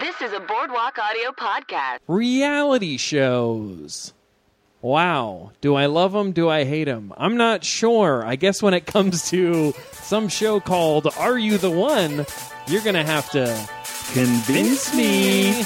This is a Boardwalk Audio podcast. reality shows. Wow. Do I love them? Do I hate them? I'm not sure. I guess when it comes to some show called Are You the One, you're going to have to Convince me.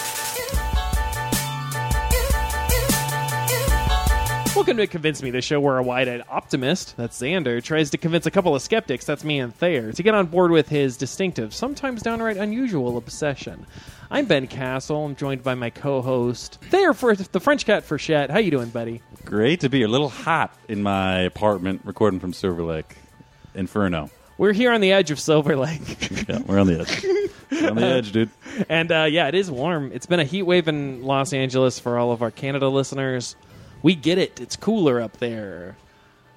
Welcome to Convince Me, the show where a wide eyed optimist, that's Xander, tries to convince a couple of skeptics, that's me and Thayer, to get on board with his distinctive, sometimes downright unusual obsession. I'm Ben Castle. I'm joined by my co host, Thayer, for the French Cat for Chat. How you doing, buddy? Great to be here. A little hot in my apartment, recording from Silver Lake, Inferno. We're here on the edge of Silver Lake. Yeah, we're on the edge. We're on the edge, dude. And uh, yeah, it is warm. It's been a heat wave in Los Angeles for all of our Canada listeners. We get it. It's cooler up there.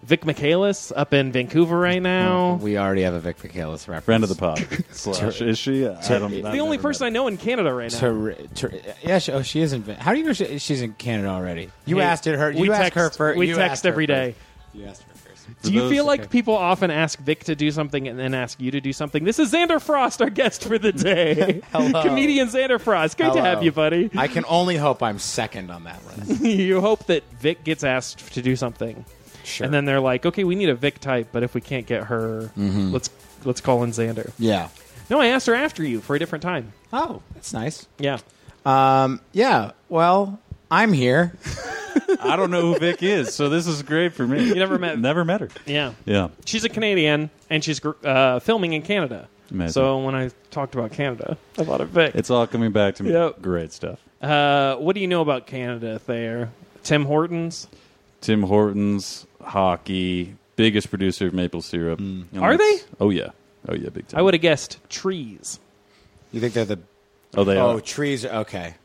Vic Michaelis up in Vancouver right now. We already have a Vic Michaelis reference. Friend of the pod. Slash, is she? I don't, I've the never only met person I her. know in Canada right now. Ter- ter- yeah, she, oh, she is in. Vin- How do you know she, she's in Canada already? You Hey, asked it her. You we asked text- her first. we text every every day. day. You asked her first. Do you those- feel like okay. people often ask Vic to do something and then ask you to do something? This is Xander Frost, our guest for the day. Hello. Comedian Xander Frost. Great to Hello. have you, buddy. I can only hope I'm second on that list. you hope that Vic gets asked to do something. Sure. And then they're like, okay, we need a Vic type, but if we can't get her, Mm-hmm. let's let's call in Xander. yeah. No, I asked her after you for a different time. Oh, that's nice. Yeah. Um, yeah. Well, I'm here. I don't know who Vic is, so this is great for me. You never met- Never met her. Yeah. Yeah. She's a Canadian and she's gr- uh, filming in Canada. Amazing. So when I talked about Canada, I thought of Vic. It's all coming back to me. Yep. Great stuff. Uh, what do you know about Canada, Thayer? Tim Hortons? Tim Hortons, hockey, biggest producer of maple syrup. And Are that's- they? Oh, yeah. Oh, yeah, big time. I would have guessed trees. You think they're the? Oh, they Oh, are. trees. Are, okay.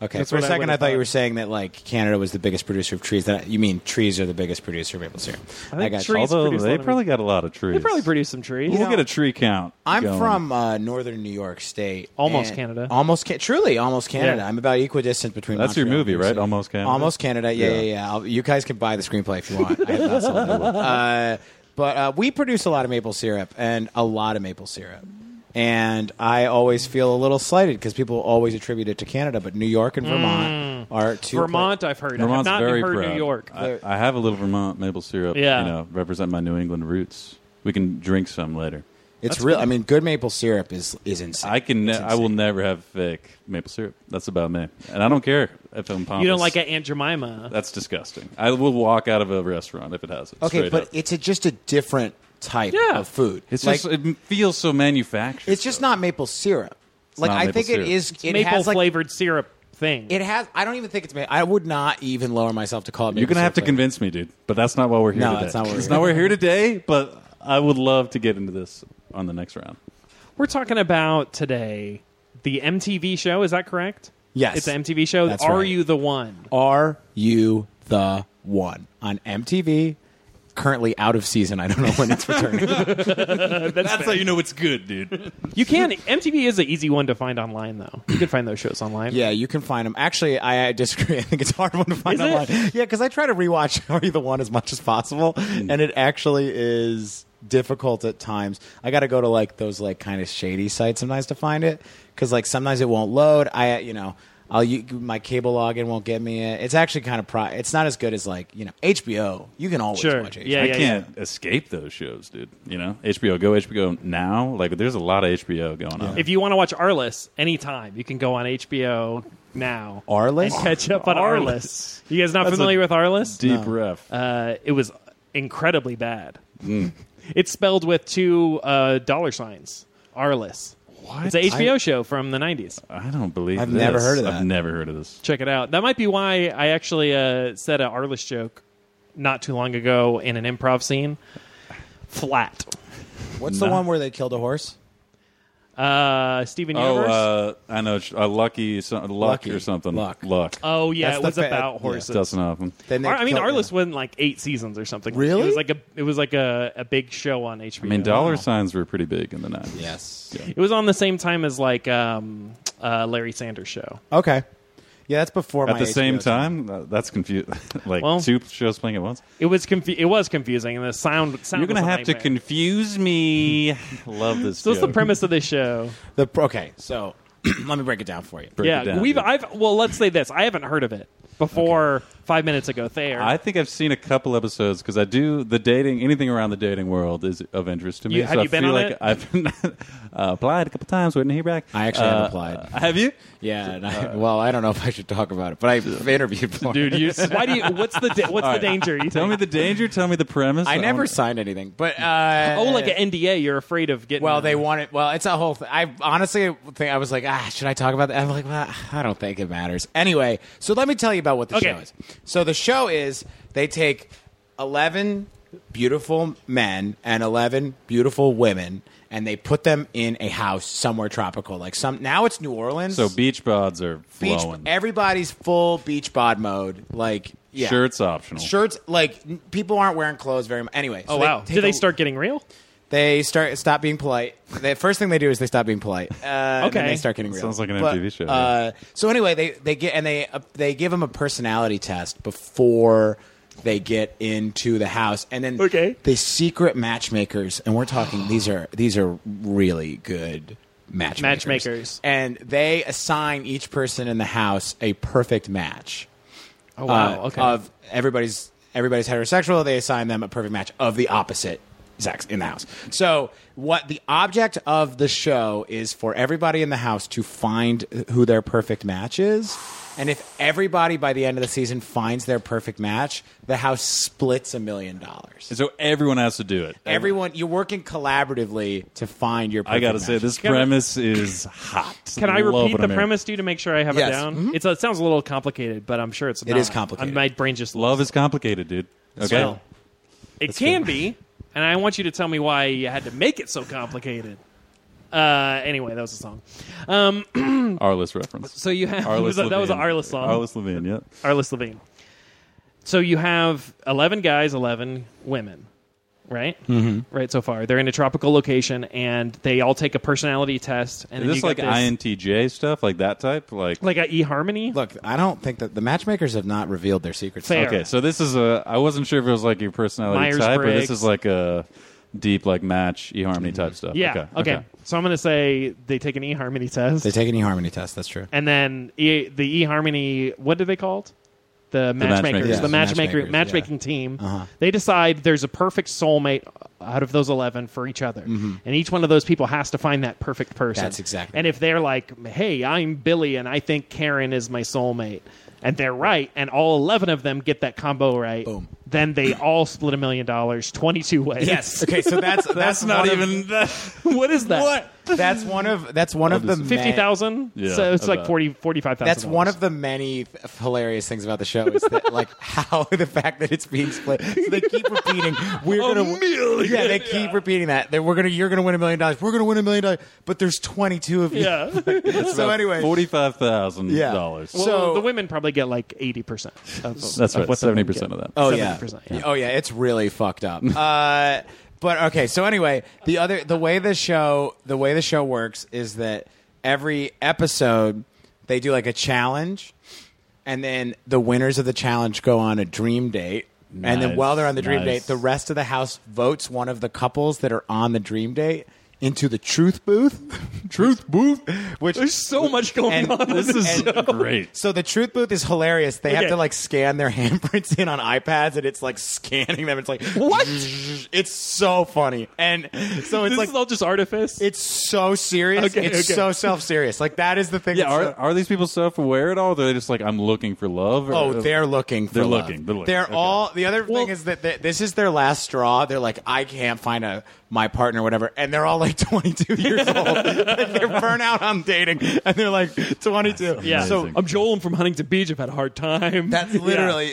Okay. That's For a what I second, would've I, thought you thought. were saying that like Canada was the biggest producer of trees. That you mean trees are the biggest producer of maple syrup. think got you. trees- Although produce a lot Oh, they of- probably got a lot of trees. They probably produce some trees. We'll get a tree count. I'm going. from uh, northern New York State, Almost and- Canada. almost ca- truly almost Canada. Yeah. I'm about equidistant between. That's your Montreal and movie, New York right? City. Almost Canada? Almost Canada. Yeah, Yeah. yeah, yeah. I'll, you guys can buy the screenplay if you want. I have not sold it. Uh, but uh, we produce a lot of maple syrup and a lot of maple syrup. And I always feel a little slighted because people always attribute it to Canada, but New York and Vermont are two. Mm. Vermont, I've heard. Vermont's I have not very heard proud. New York. I, I have a little Vermont maple syrup. Yeah. you know, represent my New England roots. We can drink some later. It's real. I mean, good maple syrup is is insane. I can. Ne- It's I will insane. never have fake maple syrup. That's about me, and I don't care if I'm pompous. you don't like an Aunt Jemima. That's disgusting. I will walk out of a restaurant if it has it. Okay, straight but up. it's a, just a different type Yeah. of food. it's Like- just it feels so manufactured. It's uh, just not maple syrup. like not I maple think syrup. it is. It Maple has like flavored syrup thing. it has. I don't even think it's. ma- I would not even lower myself to call it. You're maple gonna have to syrup flavored. convince me, dude. But that's not why we're here. No, today. that's not why we're It's here. not why we're here today. But I would love to get into this on the next round. We're talking about today the MTV show. Is that correct? Yes. It's an MTV show. That's Are right. you the one? Are you the one on MTV? Currently out of season. I don't know when it's returning. That's, how you know it's good, dude. You can. MTV is an easy one to find online, though. You can find those shows online. yeah, you can find them. Actually, I, I disagree. I think it's a hard one to Is find it? online. Yeah, because I try to rewatch Are You the One as much as possible, Hmm. and it actually is difficult at times. I got to go to like those like kind of shady sites sometimes to find it because like sometimes it won't load. I you know. I'll u- my cable login won't get me it. It's actually kind of pro. It's not as good as like you know HBO. You can always Sure. watch HBO. Yeah, I yeah, can't escape those shows, dude. You know, HBO Go, HBO Now. Like, there's a lot of HBO going on. If you want to watch Arliss anytime, you can go on HBO now. Arliss? And catch up on Arliss. Arliss. You guys not That's familiar a with Arliss? Deep ref. uh, it was incredibly bad. Mm. It's spelled with two uh, dollar signs. Arliss. What? It's an HBO I- show from the '90s. I don't believe. I've this. never heard of I've that. never heard of this. Check it out. That might be why I actually uh, said an Arliss joke not too long ago in an improv scene. Flat. What's No. the one where they killed a horse? Uh, Steven Oh, Universe. uh, I know. it's- Uh, lucky, so, luck Lucky. or something. Luck. Luck. oh yeah, that's it the was fa- about yeah. horses. Doesn't happen. Then they Ar- I mean, killed- Arliss went like eight seasons or something. Really? It was like a it was like a, a big show on HBO. I mean, dollar signs were pretty big in the nineties. Yes. It was on the same time as like um, uh, Larry Sanders show. Okay. Yeah, that's before At my the same HBO time. time, uh, that's confusing. like Well- two shows playing at once. It was confu- it was confusing, and the sound sound. You're gonna was a have to nightmare. confuse me. Love this. So what's the joke. premise of this show? The, okay, so Let me break it down for you. Break it yeah, down, we've. dude. I've. Well, let's say this. I haven't heard of it before five minutes ago. Thayer. I think I've seen a couple episodes because I do the dating. Anything around the dating world is of interest to me. You- have so you I been feel on like it? I've been, uh, applied a couple times, waiting to hear back. I actually have Uh, applied. Have you? Yeah, and I, well, I don't know if I should talk about it, but I interviewed for it. dude, you. why do you? What's the? da- What's the danger? You Tell think? me the danger. Tell me the premise. I never wanna- signed anything, but uh, Oh, like an NDA. You're afraid of getting. Oh, Well, they wanted. Well, it's a whole thing. I honestly think I was like, ah, should I talk about that? I'm like, well, I don't think it matters. Anyway, so let me tell you about what the Okay. show is. So the show is they take eleven beautiful men and eleven beautiful women, and they put them in a house somewhere tropical. Like some now it's New Orleans. So beach bods are beach. flowing. Everybody's full beach bod mode. Like yeah. Shirts optional. Shirts like n- people aren't wearing clothes very much. Anyway, so Oh wow! take Do they a- start getting real? they start stop being polite. The first thing they do is they stop being polite. Uh, And then Okay. they start getting real. Sounds like an But, MTV show, Uh, so anyway, they they get and they uh, they give them a personality test before they get into the house, and then Okay. the secret matchmakers, and we're talking these are these are really good. Matchmakers. Matchmakers. and they assign each person in the house a perfect match Oh uh, of everybody's everybody's heterosexual. They assign them a perfect match of the opposite sex in the house. So what the object of the show is for everybody in the house to find who their perfect match is. And if everybody by the end of the season finds their perfect match, the house splits a million dollars. So everyone has to do it. Everyone, you're working collaboratively to find your. Perfect I gotta say, match. this Can I- premise is hot. Can I Love repeat when the I'm- premise, dude, to make sure I have Yes. Mm-hmm. it down? It's, it sounds a little complicated, but I'm sure it's not. is complicated. Uh, My brain just Love is complicated, dude. Okay. Well, It can be, and I want you to tell me why you had to make it so complicated. Uh, anyway, that was a song. Arliss reference. So you have Arliss that was an Levine. Arliss song. Arliss Levine. Yeah. Arliss Levine. So you have 11 guys, 11 women, right? Mm-hmm. Right so far. They're in a tropical location and they all take a personality test. And then Is you this got like this, INTJ stuff, like that type? Like, Like a eHarmony? look, I don't think that the matchmakers have not revealed their secrets. Fair. okay, so this is a. I wasn't sure if it was like your personality type, or Myers-Briggs. this is like a deep like match eHarmony type stuff. Yeah. Okay. okay. So I'm going to say they take an eHarmony test. They take an eHarmony test. That's true. and then e, the eHarmony, what do they called? The matchmakers, matchmakers. the Yeah, Uh-huh. matchmaker, matchmakers, matchmaking team. They decide there's a perfect soulmate out of those eleven for each other, and each one of those people has to find that perfect person. Mm-hmm. That's exactly And if they're like, "Hey, I'm Billy, and I think Karen is my soulmate," and they're right, and all eleven of them get that combo right, Boom. then they all split a million dollars twenty-two ways. Okay, so that's that's, That's not one of- even. what is that? That's one of that's one of the ma- Fifty thousand. Yeah, so it's like about. 40, 45,000 That's one of the many th- hilarious things about the show is that like how the fact that it's being split. So they keep repeating we're A gonna million. Yeah, they keep repeating that. That we're gonna you're gonna win a million dollars. We're gonna win a million dollars. But there's 22 of you. yeah. so anyway, forty-five thousand Yeah. dollars. Well, So So- the women probably get like eighty percent. That's That's right. Seventy percent of that. Oh yeah. 70%, yeah. Oh yeah, it's really fucked up. uh, but okay, so anyway, the other the way the show the way the show works is that every episode they do like a challenge and then the winners of the challenge go on a dream date. And then Nice, while they're on the dream nice. date, the rest of the house votes one of the couples that are on the dream date into the truth booth. Truth booth. Which There's so much going And on. This is And- great. so the truth booth is hilarious. They Okay. have to like scan their handprints in on iPads, and it's like scanning them. It's like What? It's so funny, and so it's this like is all just artifice. it's so serious. Okay, it's okay. so self serious. Like that is the thing. Yeah. that's Are so- are these people self-aware at all? Or are they just like I'm looking for love? Or, uh, Oh, they're looking. For They're love. looking, they're looking, They're okay. all. The other Well- thing is that they, this is their last straw. They're like, I can't find a my partner, or whatever, and they're all like 22 years old. Like, they're burnout on dating, and they're like 22. yeah. So So I'm Joel. I'm from Huntington Beach. I've had a hard time. That's literally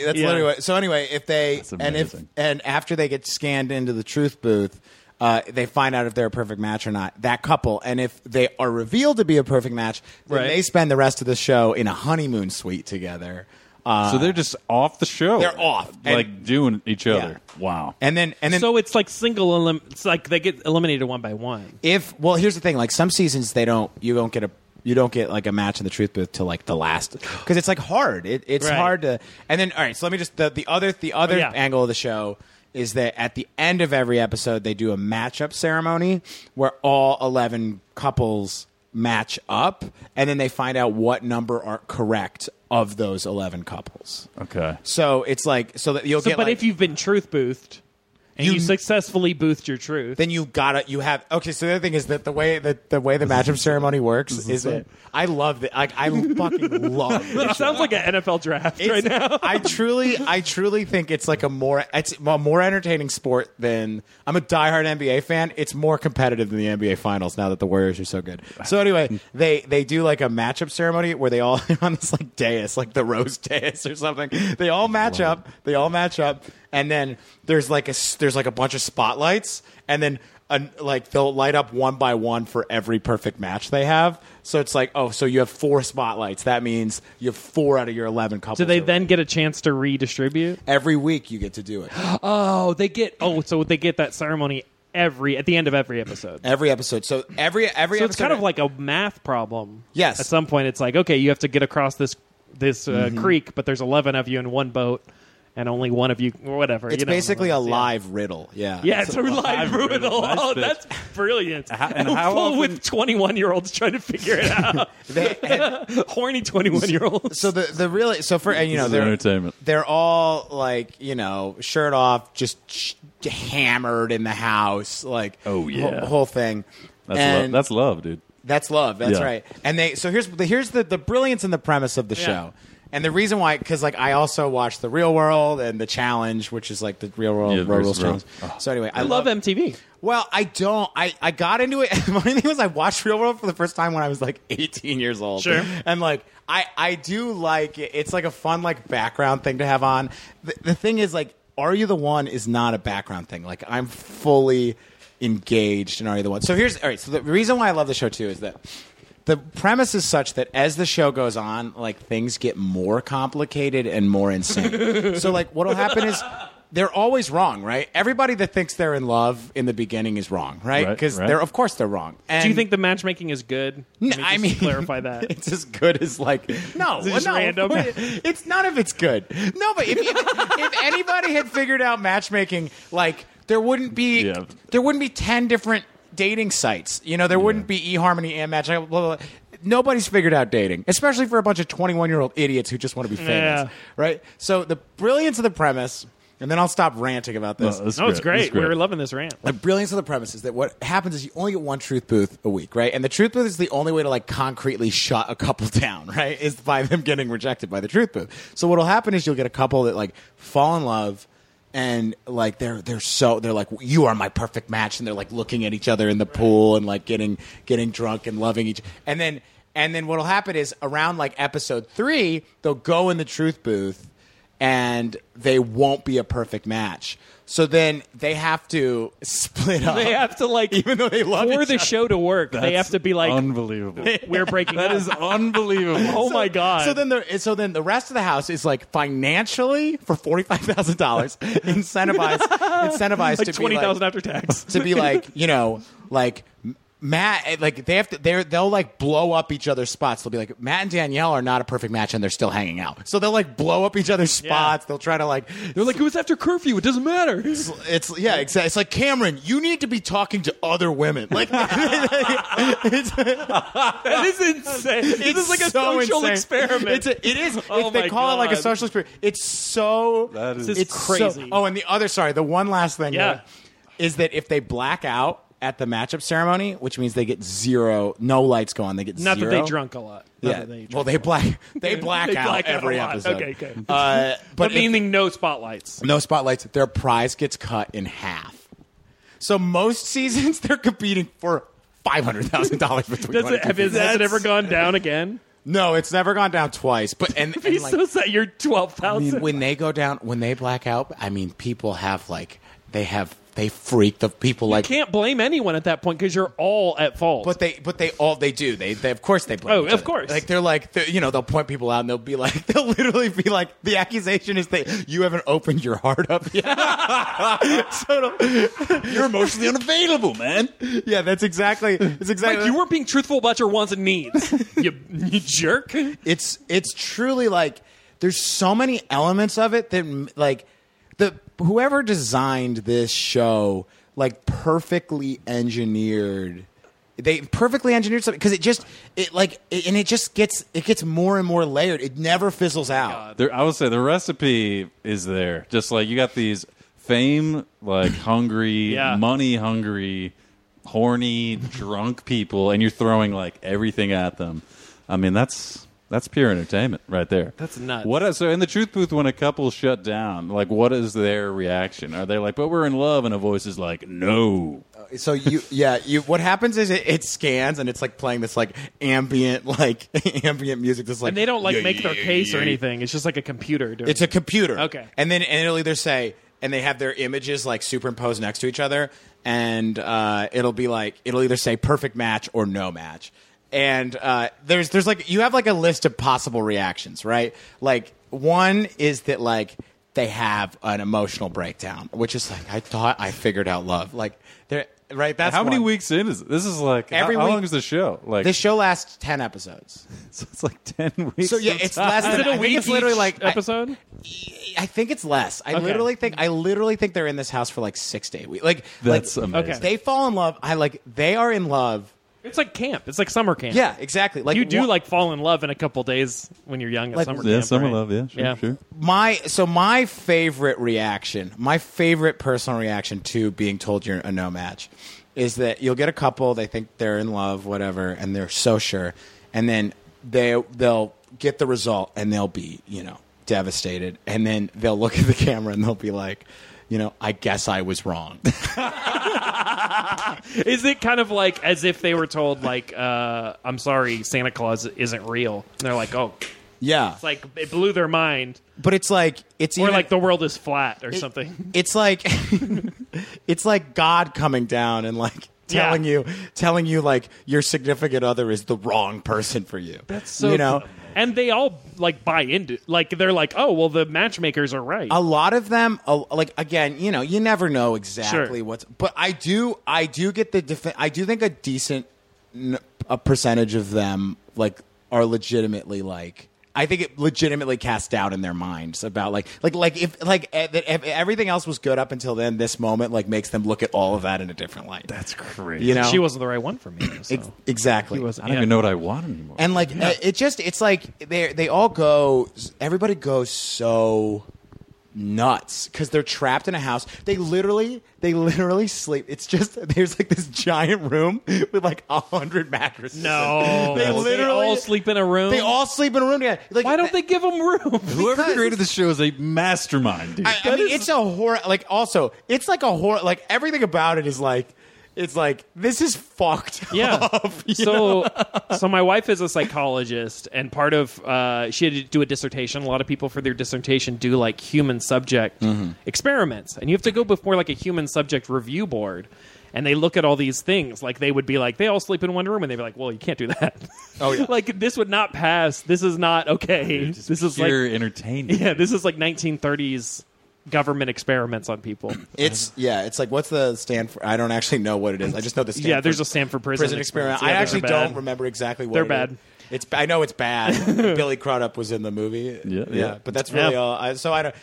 Yeah. that's Yeah. literally what, so. Anyway, if they That's and if amazing. and after they get scanned into the truth booth, uh, they find out if they're a perfect match or not. That couple, and if they are revealed to be a perfect match, then Right. they spend the rest of the show in a honeymoon suite together. Uh, So they're just off the show. They're off. And- Like doing each other. Wow. and then and then so it's like single. Elim- it's like they get eliminated one by one. if well, here's the thing: like some seasons, they don't you don't get a you don't get like a match in the truth booth till like the last because it's like hard. It, it's Right. hard to. And then all right, so let me just the, the other the other yeah. angle of the show is that at the end of every episode they do a matchup ceremony where all eleven couples match up, and then they find out what number are correct of those eleven couples. Okay. So it's like so that you'll So, get. but like- if you've been truth boothed and you, You- successfully boothed your truth, then you gotta you have okay. So the other thing is that the way that the way the matchup ceremony works is that I love that like I fucking love. it this. sounds like an NFL draft right It's- now. I truly, I truly think it's like a more, it's a more entertaining sport than. I'm a diehard NBA fan. It's more competitive than the NBA Finals now that the Warriors are so good. So anyway, they they do like a matchup ceremony where they all on this like dais, like the rose dais or something. They all match up. They all match up, and then there's like a s- there's like a bunch of spotlights, and then. An, like they'll light up one by one for every perfect match they have. So it's like, oh, so you have four spotlights. That means you have four out of your eleven couples. Do they are then get a chance to redistribute? every week you get to do it. Oh, they get oh, so they get that ceremony every at the end of every episode. Every episode. So every every so episode it's kind of like a math problem. Yes. At some point, it's like okay, you have to get across this this uh, creek, but there's eleven of you in one boat, and only one of you, or whatever. it's you know, basically a yeah. live riddle. Yeah. Yeah, it's a live riddle. riddle. Nice Oh, bit. that's brilliant. How- and how Full often- with twenty-one-year-olds trying to figure it out. They- and Horny twenty-one-year-olds. so the the really so for and you know is they're entertainment. they're all like you know shirt off, just sh- hammered in the house, like Oh, yeah. wh- whole thing. That's love. and That's love, dude. That's love. That's Yeah. right. And they so here's the, here's the the brilliance and the premise of the show. And the reason why, because like I also watch The Real World and The Challenge, which is like the Real World Yeah, Road Rules versus Real- Oh. Challenge. So anyway, I, I love MTV. Well, I don't. I, I got into it. My thing was I watched Real World for the first time when I was like 18 years old. Sure. And like I I do like it. It's like a fun like background thing to have on. The, the thing is like Are You the One is not a background thing. Like I'm fully engaged in Are You the One. So here's all right. So the reason why I love the show too is that the premise is such that as the show goes on, like things get more complicated and more insane. so like what'll happen is they're always wrong, right? Everybody that thinks they're in love in the beginning is wrong, right? Right, Because right. they're of course they're wrong. And Do you think the matchmaking is good? No, I just mean- clarify that. it's as good as like no, Is it just no, random? It's none of it's good. No, but if, if, if anybody had figured out matchmaking, like there wouldn't be Yeah. there wouldn't be ten different dating sites. You know, there wouldn't be eHarmony and Match. Blah, blah, blah. Nobody's figured out dating, especially for a bunch of twenty-one-year-old idiots who just want to be famous, Yeah. right? So the brilliance of the premise, and then I'll stop ranting about this. that's No, it's great. That's We were loving this rant. The brilliance of the premise is that what happens is you only get one truth booth a week, right? And the truth booth is the only way to like concretely shut a couple down, right? Is by them getting rejected by the truth booth. So what'll happen is you'll get a couple that like fall in love and like they're they're so they're like you are my perfect match and they're like looking at each other in the pool and like getting getting drunk and loving each and then and then what'll happen is around like episode 3 they'll go in the truth booth and they won't be a perfect match. So then they have to split up. They have to like, even though they love for each the other. show to work, they have to be like, unbelievable. we're breaking that up. is unbelievable. oh my god. So then, the, so then the rest of the house is like financially for forty five thousand dollars incentivized, incentivized like to twenty be like, thousand after tax. to be like you know like M- Matt like they have to they're they'll like blow up each other's spots. They'll be like Matt and Danielle are not a perfect match and they're still hanging out. So they'll like blow up each other's spots. They'll try to like They're like, it was after curfew. It doesn't matter. It's, it's yeah, exactly. It's like Cameron, you need to be talking to other women. Like it's, That is insane. this is like a so social insane. experiment. It's a, it is. Oh It- they my call it like a God. social experiment. It's so. That is- This is it's so- crazy. oh, and the other. Sorry, the one last thing. Yeah. uh, Is that if they black out at the matchup ceremony, which means they get zero, no lights go on. They get Not zero. that they drunk a lot. Not Yeah. that they drunk. well, they black. They black They out black out every a lot. episode. Okay, good. Uh, but but if- meaning no spotlights. no spotlights. Their prize gets cut in half. So most seasons they're competing for five hundred thousand dollars between. Does 22 it, have, has people. it ever gone down again? No, it's never gone down twice. But and, and He's like, so sad. You're twelve I mean, thousand. when they go down, when they black out, I mean, people have like they have they freak the people like. Can't blame anyone at that point because you're all at fault. But they, but they all they do. They, they of course they blame. Oh, of each other. course. Like they're like, they're, you know, they'll point people out and they'll be like, they'll literally be like, the accusation is that you haven't opened your heart up yet. so it'll- You're emotionally unavailable, man. yeah, that's exactly. It's exactly. like you weren't being truthful about your wants and needs. you, you jerk. it's it's truly like there's so many elements of it that m- like the whoever designed this show like perfectly engineered They perfectly engineered something because it just it like it, and it just gets it gets more and more layered. It never fizzles Oh, out. There, I would say the recipe is there. Just like you got these fame, like hungry, Yeah. money hungry, horny, drunk people, and you're throwing like everything at them. I mean, that's that's pure entertainment right there. That's nuts. What so in the truth booth when a couple shut down, like what is their reaction? Are they like, "But we're in love," and a voice is like, "No." So you yeah you what happens is it, it scans and it's like playing this like ambient like ambient music. This like And they don't like yeah, make yeah, their yeah, case or yeah, anything. It's just like a computer. Doing It's a computer. Okay. And then and it'll either say and they have their images like superimposed next to each other, and uh, it'll be like it'll either say perfect match or no match. And uh, there's there's like you have like a list of possible reactions, right? Like one is that like they have an emotional breakdown, which is like I thought I figured out love, like they're right. That's how many one. weeks in is it? this? Is like Every how, how week- long is the show? Like This show lasts ten episodes, so it's like ten weeks. so yeah, of it's time. less Is than. it a I week think it's literally each like I- episode? I think it's less. I Okay. literally think I literally think they're in this house for like six to eight weeks. Like That's like, amazing. Okay. They fall in love. I like they are in love. it's like camp. It's like summer camp. Yeah, exactly. Like you do wha- like fall in love in a couple days when you're young at Like- summer yeah, camp. summer right? love. Yeah, sure, sure. my so my favorite reaction, my favorite personal reaction to being told you're a no match, is that you'll get a couple. They think they're in love, whatever, and they're so sure, and then they they'll get the result, and they'll be you know devastated, and then they'll look at the camera and they'll be like. You know, I guess I was wrong. Is it kind of like as if they were told like, uh, "I'm sorry, Santa Claus isn't real," and they're like, "Oh, yeah, it's like it blew their mind," but it's like it's or even- like the world is flat or It- something. It's like it's like God coming down and like Yeah. telling you telling you like your significant other is the wrong person for you. That's you know. and they all like buy into like they're like, "Oh, well, the matchmakers are right." A lot of them, a- like again, you know, you never know exactly Sure. what's. But I do, I do get the. Defi- I do think a decent n- a percentage of them like are legitimately like. I think it legitimately casts doubt in their minds about like like like if like eh, that if everything else was good up until then, this moment like makes them look at all of that in a different light. That's crazy. you know, she wasn't the right one for me. So. Ex- exactly. I don't even know what I want anymore. And like uh, it just it's like they they all go everybody goes so nuts cuz they're trapped in a house. They literally they literally sleep. It's just there's like this giant room with like a 100 mattresses. No, They they literally- all sleep in a room. They all sleep in a room together. Like Why don't they give them room? Whoever because- created this show is a mastermind, dude. I, I mean, it's a horror. Like, also, it's like a horror. Like, everything about it is like, it's like this is fucked. yeah. up, you so, so my wife is a psychologist, and part of uh, she had to do a dissertation. A lot of people for their dissertation do like human subject experiments, and you have to go before like a human subject review board. And they look at all these things, like they would be like, they all sleep in one room, and they'd be like, well, you can't do that. Oh yeah, like this would not pass. This is not okay. Just This is pure like, entertainment. yeah, this is like 1930s government experiments on people. It's yeah. It's like what's the Stanford? I don't actually know what it is. I just know the Stanford. Yeah, there's a Stanford prison prison experiment. experience. Yeah, I they're actually bad. don't remember exactly what They're it bad. is. It's I know it's bad. Billy Crudup was in the movie. Yeah, yeah. but that's really Yeah. all. I, so I don't.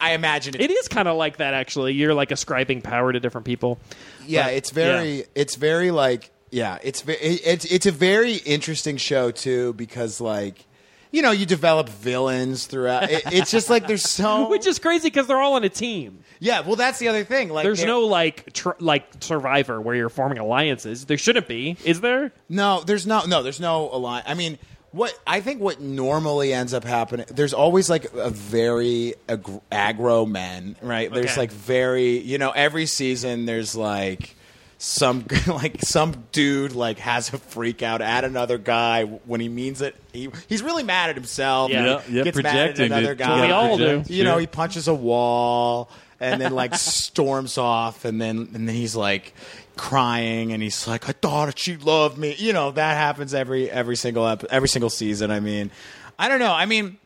I imagine it. It is kind of like that, actually. You're like ascribing power to different people. yeah, But, it's very. yeah. It's very like yeah. It's ve- it- it's it's a very interesting show too because like you know you develop villains throughout. It, it's just like there's so Which is crazy because they're all on a team. yeah. Well, that's the other thing. Like There's they're- no like tr- like survivor where you're forming alliances. There shouldn't be, is there? No, there's no no, there's no align. I mean, what I think what normally ends up happening, there's always like a very ag- aggro men, right? There's Okay. like very, you know, every season there's like some like some dude like has a freak out at another guy when he means it. He, he's really mad at himself. Yeah. He Yeah, yeah, gets projecting, mad at another dude. guy. We all do. project, You know, sure. he punches a wall and then like storms off and then and then he's like crying and he's like, I thought she loved me. You know, that happens every every single ep- every single season. I mean, I don't know. I mean,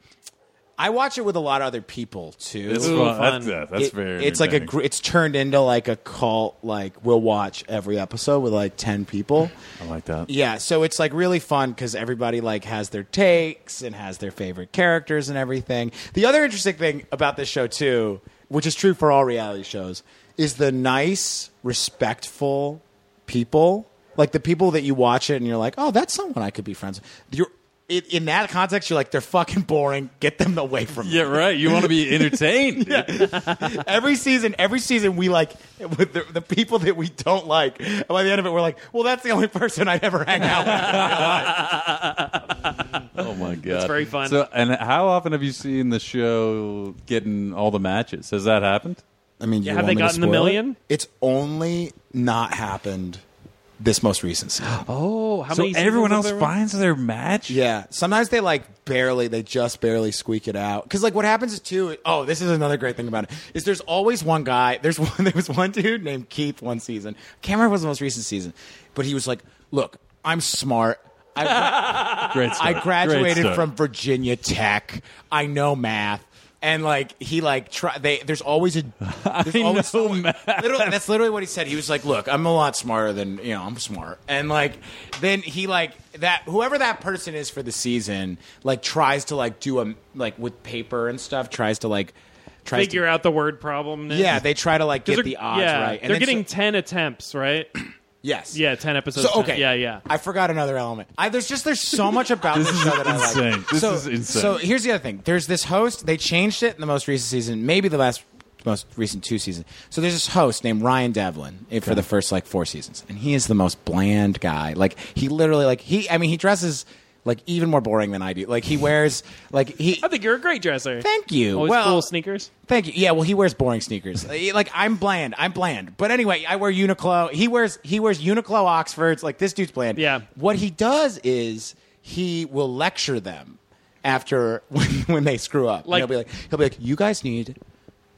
I watch it with a lot of other people too. It's Ooh, fun. fun. That's, yeah, that's It- very. It's like a. entertaining. gr- It's turned into like a cult. Like we'll watch every episode with like ten people. I like that. Yeah, so it's like really fun because everybody like has their takes and has their favorite characters and everything. The other interesting thing about this show too, which is true for all reality shows, is the nice, respectful people Like the people that you watch it and you're like, oh, that's someone I could be friends with. You're in, in that context, you're like, they're fucking boring. Get them away from me. Yeah, right. You want to be entertained. Every season, every season, we like with the, the people that we don't like. And by the end of it, we're like, well, that's the only person I'd ever hang out with. Oh my god, very fun. So, and how often have you seen the show getting all the matches? Has that happened? I mean, you have want they me to gotten the spoil it? million? It's only not happened this most recent season. Oh, how So many? seasons everyone have else there been? finds their match. Yeah. Sometimes they like barely, they just barely squeak it out. Because like what happens is too. Oh, this is another great thing about it is there's always one guy. There's one. There was one dude named Keith one season. Can't remember if it was the most recent season, but he was like, "Look, I'm smart. I, great. I Start. Great graduated start. from Virginia Tech. I know math." And like he like try they there's always a there's I know always someone- math. literally- that's literally what he said. He was like, "Look, I'm a lot smarter than you know. I'm smart." And like, then he like that whoever that person is for the season like tries to like do a like with paper and stuff tries to like tries figure to, out the word problem. now. Yeah, they try to like 'Cause get they're- the odds yeah, right. And they're then getting so- ten attempts, right? yes, Yeah, ten episodes. So okay, Yeah, yeah. I forgot another element. I, there's just there's so much about this, This is show that I insane. like. This so, is insane. So here's the other thing. There's this host. They changed it in the most recent season, maybe the last most recent two seasons. So there's this host named Ryan Devlin eh, for the first like four seasons, and he is the most bland guy. Like he literally like he. I mean, he dresses like even more boring than I do. Like he wears like he. I think you're a great dresser. Thank you. Always well, cool sneakers. Thank you. Yeah, well, he wears boring sneakers. Eh, Like I'm bland. I'm bland. But anyway, I wear Uniqlo. He wears he wears Uniqlo Oxfords. Like this dude's bland. Yeah. What he does is he will lecture them after when, when they screw up. And Like- he'll be like he'll be like, you guys need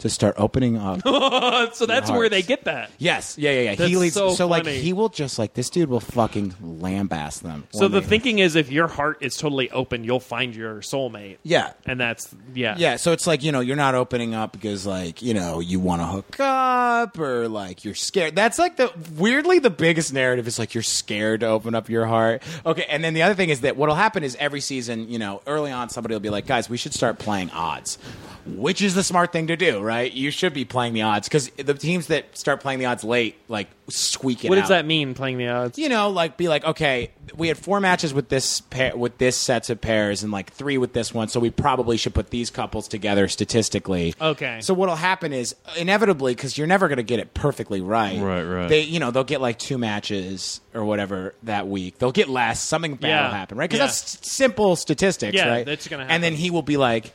to start opening up. Uh, So that's where hearts. they get that. yes. Yeah. Yeah. Yeah. That's he leads. so like funny. he will just like this dude will fucking lambaste them. So when the they- thinking is, if your heart is totally open, you'll find your soulmate. Yeah. and that's yeah, Yeah, so it's like, you know, you're not opening up because like, you know, you want to hook up or like you're scared. That's like the weirdly the biggest narrative is like you're scared to open up your heart. Okay, and then the other thing is that what'll happen is every season, you know, early on somebody will be like, "Guys, we should start playing odds." Which is the smart thing to do, right? You should be playing the odds cuz the teams that start playing the odds late like squeak it What out does that mean? Playing the odds. you know, like be like, okay, we had four matches with this pair, with this sets of pairs, and like three with this one, so we probably should put these couples together statistically. Okay. So what'll happen is inevitably, because you're never going to get it perfectly right. Right, right. They, you know, they'll get like two matches or whatever that week. They'll get less. Something bad Yeah. will happen, right? Because Yeah. that's s- simple statistics, Yeah, right? that's gonna And then he will be like,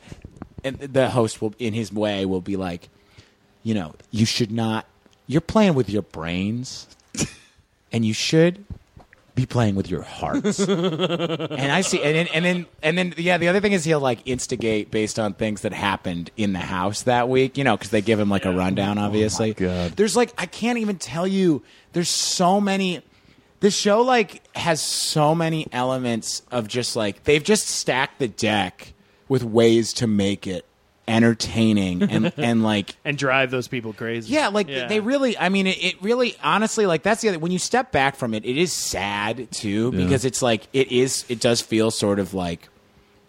and the host will, in his way, will be like, you know, you should not. You're playing with your brains, and you should be playing with your hearts. and I see, and then, and then, and then, yeah. The other thing is he'll like instigate based on things that happened in the house that week, you know, because they give him like a rundown. Obviously, God. there's like I can't even tell you. There's so many. This show like has so many elements of just like they've just stacked the deck with ways to make it entertaining and and like and drive those people crazy. yeah, like they really. I mean, it, it really, honestly, like that's the other. When you step back from it, it is sad too because it's like it is. It does feel sort of like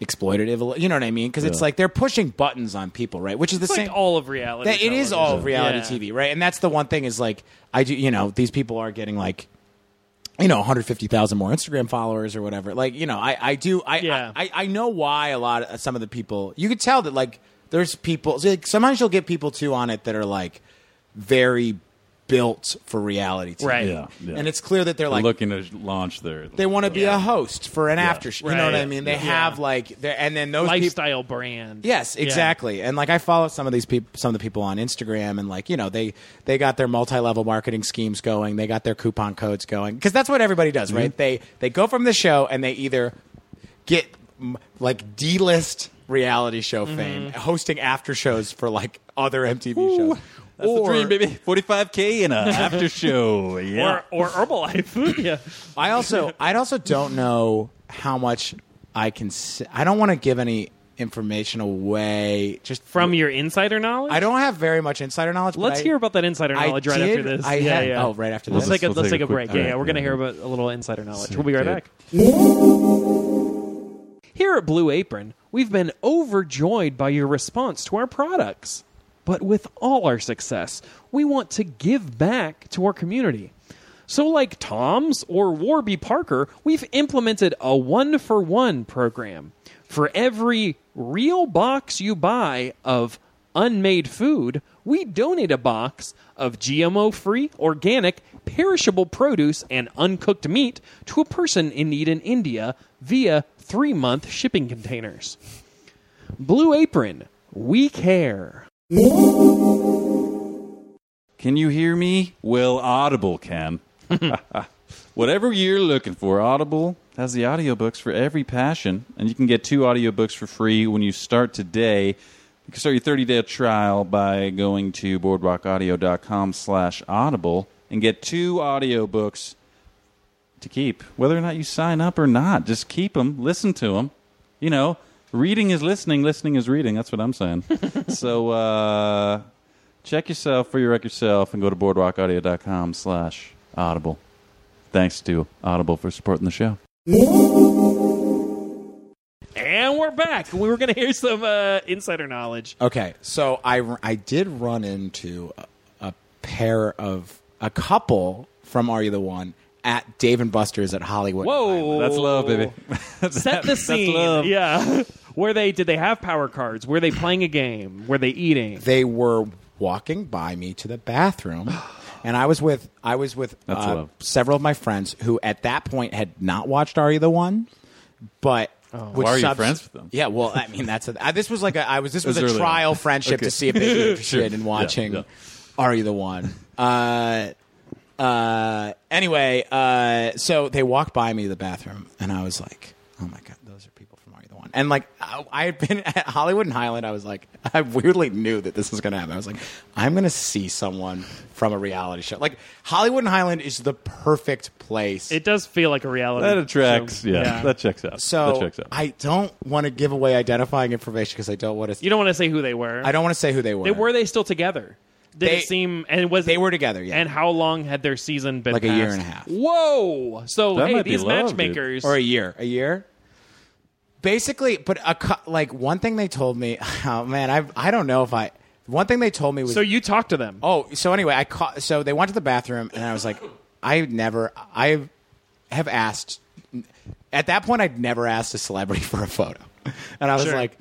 exploitative. a li- You know what I mean? Because it's Yeah. like they're pushing buttons on people, right? Which is the It's same. like all of reality. that it is all of reality Yeah. TV, right? And that's the one thing is like I do. You know, these people are getting like. You know, 150,000 more Instagram followers or whatever. Like, you know, I, I do, I, Yeah. I, I know why a lot of some of the people, you could tell that like there's people, like, sometimes you'll get people too on it that are like, very built for reality TV. Right. Yeah, yeah. And it's clear that they're like looking to launch their. they want to be a host for an after show. You know Right. what I mean? They Yeah. have like they're and then those people lifestyle brand. Yes, exactly. And like I follow some of these people, some of the people on Instagram, and like you know they they got their multi level marketing schemes going, they got their coupon codes going, because that's what everybody does, right? Mm-hmm. They they go from the show and they either get m- like D list reality show Mm-hmm. fame, hosting after shows for like other MTV shows, That's the or dream, baby. Forty-five k in a after show. Yeah. Or or Herbalife. yeah. I also I also don't know how much I can. s I don't want to give any information away. Just From your insider knowledge. I don't have very much insider knowledge. but Let's I- hear about that insider I knowledge right did- after this. I yeah, had- yeah. Oh, right after We'll this. Let's take a, We'll let's take take a a break. quick- yeah, yeah, we're alright, gonna yeah. hear about a little insider knowledge. We'll be right Okay. back. Here at Blue Apron, we've been overjoyed by your response to our products. But with all our success, we want to give back to our community. So, like Tom's or Warby Parker, we've implemented a one for one program. For every real box you buy of unmade food, we donate a box of GMO free, organic, perishable produce, and uncooked meat to a person in need in India via three month shipping containers. Blue Apron, we care. Can you hear me? Well, Audible can. Whatever you're looking for, Audible has the audiobooks for every passion, and you can get two audiobooks for free when you start today. You can start your 30-day trial by going to boardwalkaudio.com slash audible and get two audiobooks to keep, whether or not you sign up or not. Just keep them, listen to them. You know, reading is listening, listening is reading. That's what I'm saying. so uh, check yourself for your record yourself and go to boardwalkaudio.com slash audible. Thanks to Audible for supporting the show. And we're back. We were going to hear some uh, insider knowledge. Okay, so I I did run into a, a pair of a couple from Are You the One at Dave and Buster's at Hollywood. Whoa. That's love, baby. Set the scene. love. Yeah. Were they? Did they have power cards? Were they playing a game? Were they eating? They were walking by me to the bathroom, and I was with I was with That's uh, love. several of my friends who at that point had not watched Are You the One, but. would Oh. Why are you friends with them? Yeah, well, I mean, that's a, I, this was like a I was this was, was early a on. trial friendship to see if they were interested in watching. yeah. Are you the one? Uh, uh, anyway, uh, so they walked by me to the bathroom, and I was like, "Oh my god, those are people from Are You the One?" And like, I, I had been at Hollywood and Highland. I was like, I weirdly knew that this was going to happen. I was like, I'm going to see someone from a reality show. Like Hollywood and Highland is the perfect place. It does feel like a reality. That attracts. show. Yeah, that checks out. that so checks out. I don't want to give away identifying information because I don't want to. You don't want to say who they were. I don't want to say who they were. They, were they still together? Did They- it seem and was They were together, yeah. And how long had their season been? Like a year passed? and a half. Whoa! So That hey, might be these love, dude. matchmakers. or a year, a year. Basically, but a cou- like one thing they told me. Oh man, I I don't know if I. One thing they told me was So you talked to them. oh so anyway I caught so they went to the bathroom and I was like I never I have asked at that point I'd never asked a celebrity for a photo and I was Sure. like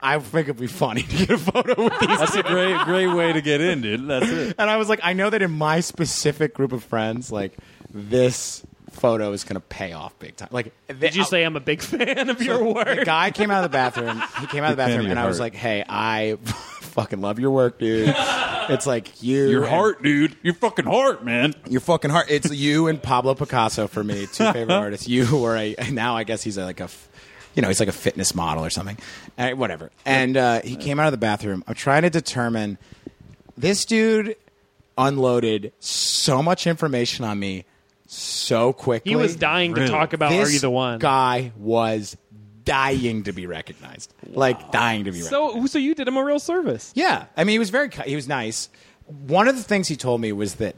I think it'd be funny to get a photo with these That's a great, great way to get in, dude. That's it. and I was like, I know that in my specific group of friends, like this photo is going to pay off big time. Like, uh, Did you say I'm a big fan of your The work? guy came out of the bathroom. He came out He of the came to bathroom, your and I was heart. like, "Hey, I fucking love your work, dude. It's like you, Your and- heart, dude. Your fucking heart, man. your fucking heart. It's you and Pablo Picasso for me, two favorite artists. You were a now I guess he's like a, f- you know, he's like a fitness model or something, Uh, whatever. And uh, he came out of the bathroom. I'm trying to determine this dude unloaded so much information on me so quickly. He was dying to Really? talk about This Are You the One? guy was dying to be recognized, like dying to be. recognized. So so you did him a real service. Yeah, I mean, he was very ki- he was nice. One of the things he told me was that,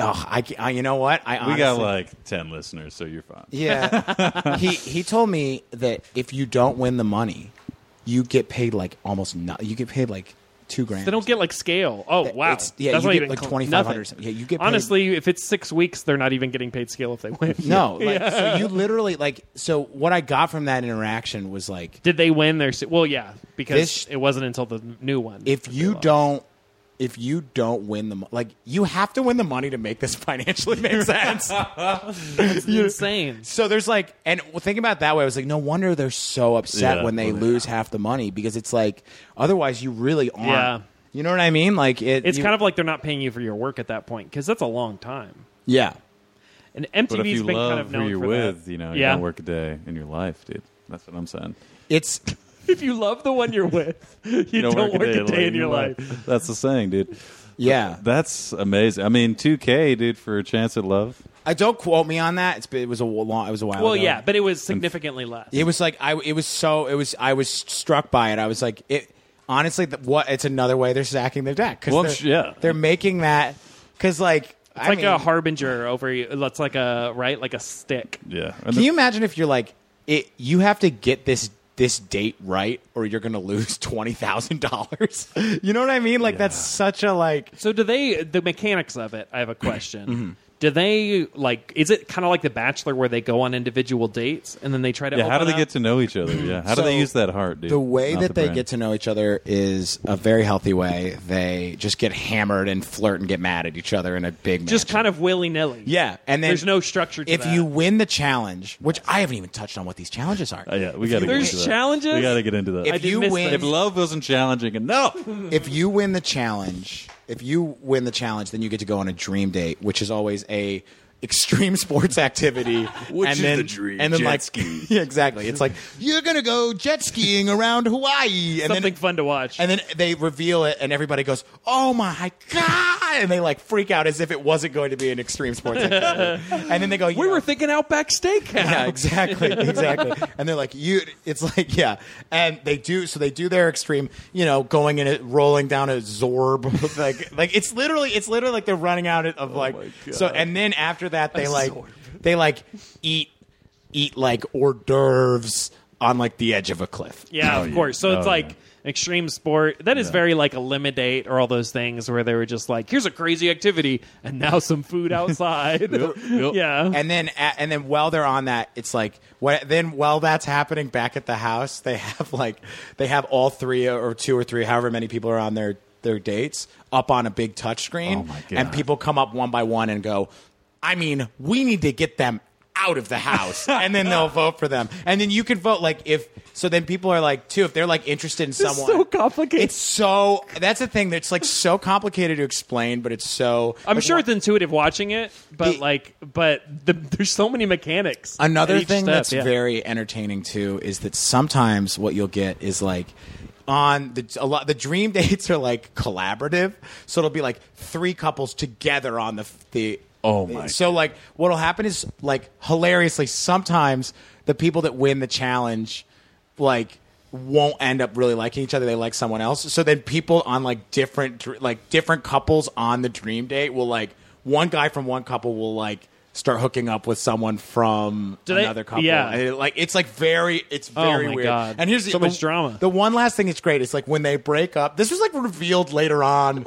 oh, I, ca- I- you know what? I We honestly, got like ten listeners, so you're fine. yeah. he he told me that if you don't win the money, you get paid like almost not. You get paid like two grand. They don't get like scale. Oh wow! It's- yeah, That's you not get, even like, cl- 2,500 or nothing. something. Yeah, you get paid- honestly if it's six weeks, they're not even getting paid scale if they win. no, like, so you literally like. So what I got from that interaction was like, Did they win their? se- Well, yeah, because This- it wasn't until the new one. if that you they lost. don't. If you don't win the mo- like, you have to win the money to make this financially make sense. it's insane. So there's like, and thinking about it that way, I was like, no wonder they're so upset Yeah, when they well, lose half the money because it's like, otherwise you really aren't. Yeah. You know what I mean? Like it, It's kind of like they're not paying you for your work at that point because that's a long time. yeah. And But if MTV's you been love kind of known who you're for with, that. you know, you yeah. don't work a day in your life, dude. That's what I'm saying. It's If you love the one you're with, you, don't, work, a day in your life. That's the saying, dude. yeah. That's amazing. I mean, 2K, dude, for a chance at love. I don't quote me on that. It's been- it was a long. It was a while. Well, ago. yeah, but it was significantly less. It was like I. It was so. It was. I was struck by it. I was like, it. Honestly, th- what? It's another way they're sacking their deck. 'cause Well, they're, sh- yeah. They're making that because like it's I like mean, a harbinger over. you. That's like a right, like a stick. Yeah. Can you imagine if you're like it? You have to get this this date right, or you're gonna lose twenty thousand dollars. You know what I mean? Like that's such a like. Mm-hmm. So do they? The mechanics of it. I have a question. Do they like? Is it kind of like The Bachelor where they go on individual dates and then they try to? Yeah, how do open they up? get to know each other? Yeah, how do So, they use that heart, dude? The way Not that the they brain. get to know each other is a very healthy way. They just get hammered and flirt and get mad at each other in a big just mansion. kind of willy nilly? yeah, and then there's no structure. To if that. you win the challenge, which I haven't even touched on what these challenges are. Uh, yeah, we got to get There's into that. challenges? We got to get into that. If I did you miss win- that. If love wasn't challenging enough, if you win the challenge, if you win the challenge, then you get to go on a dream date, which is always a extreme sports activity. Which and is then, the dream, And then jet like ski. yeah, exactly. It's like you're gonna go jet skiing around Hawaii, and something then fun to watch. and then they reveal it, and everybody goes, "Oh my god!" And they like freak out as if it wasn't going to be an extreme sports activity. and then they go, we "Yeah." were thinking Outback Steakhouse. Yeah, exactly, exactly. and they're like, you. It's like, yeah. And they do. So they do their extreme. You know, going in it, rolling down a zorb. like, like it's literally, it's literally like they're running out of like. Oh my God. so and then after that, they like, they like eat, eat like hors d'oeuvres on like the edge of a cliff. Yeah, Oh, of yeah. course. So Oh, it's like extreme sport. That is very like eliminate or all those things where they were just like, here's a crazy activity and now some food outside. yep. Yeah. And then, a- and then while they're on that, it's like what? Then while that's happening back at the house, they have like they have all three or two or three, however many people are on their their dates, up on a big touch screen, Oh, my God. and people come up one by one and go, "I mean, we need to get them." out of the house and then they'll vote for them and then you can vote like if so then people are like too if they're like interested in It's someone so complicated. it's so that's the thing that's like so complicated to explain but it's so I'm sure it's intuitive watching it, but The- like, but the, there's so many mechanics. at Another each thing step, that's yeah. very entertaining too is that sometimes what you'll get is like on the a lot the dream dates are like collaborative, so it'll be like three couples together on the the. eh, Oh my So like what'll happen is like hilariously sometimes the people that win the challenge like won't end up really liking each other they like someone else so then people on like different dr- like different couples on the dream date will like one guy from one couple will like start hooking up with someone from Do they- another couple yeah. Oh And it, like it's like very it's very my weird God. and here's the, So much the- drama. the one last thing that's great is like when they break up this was like revealed later on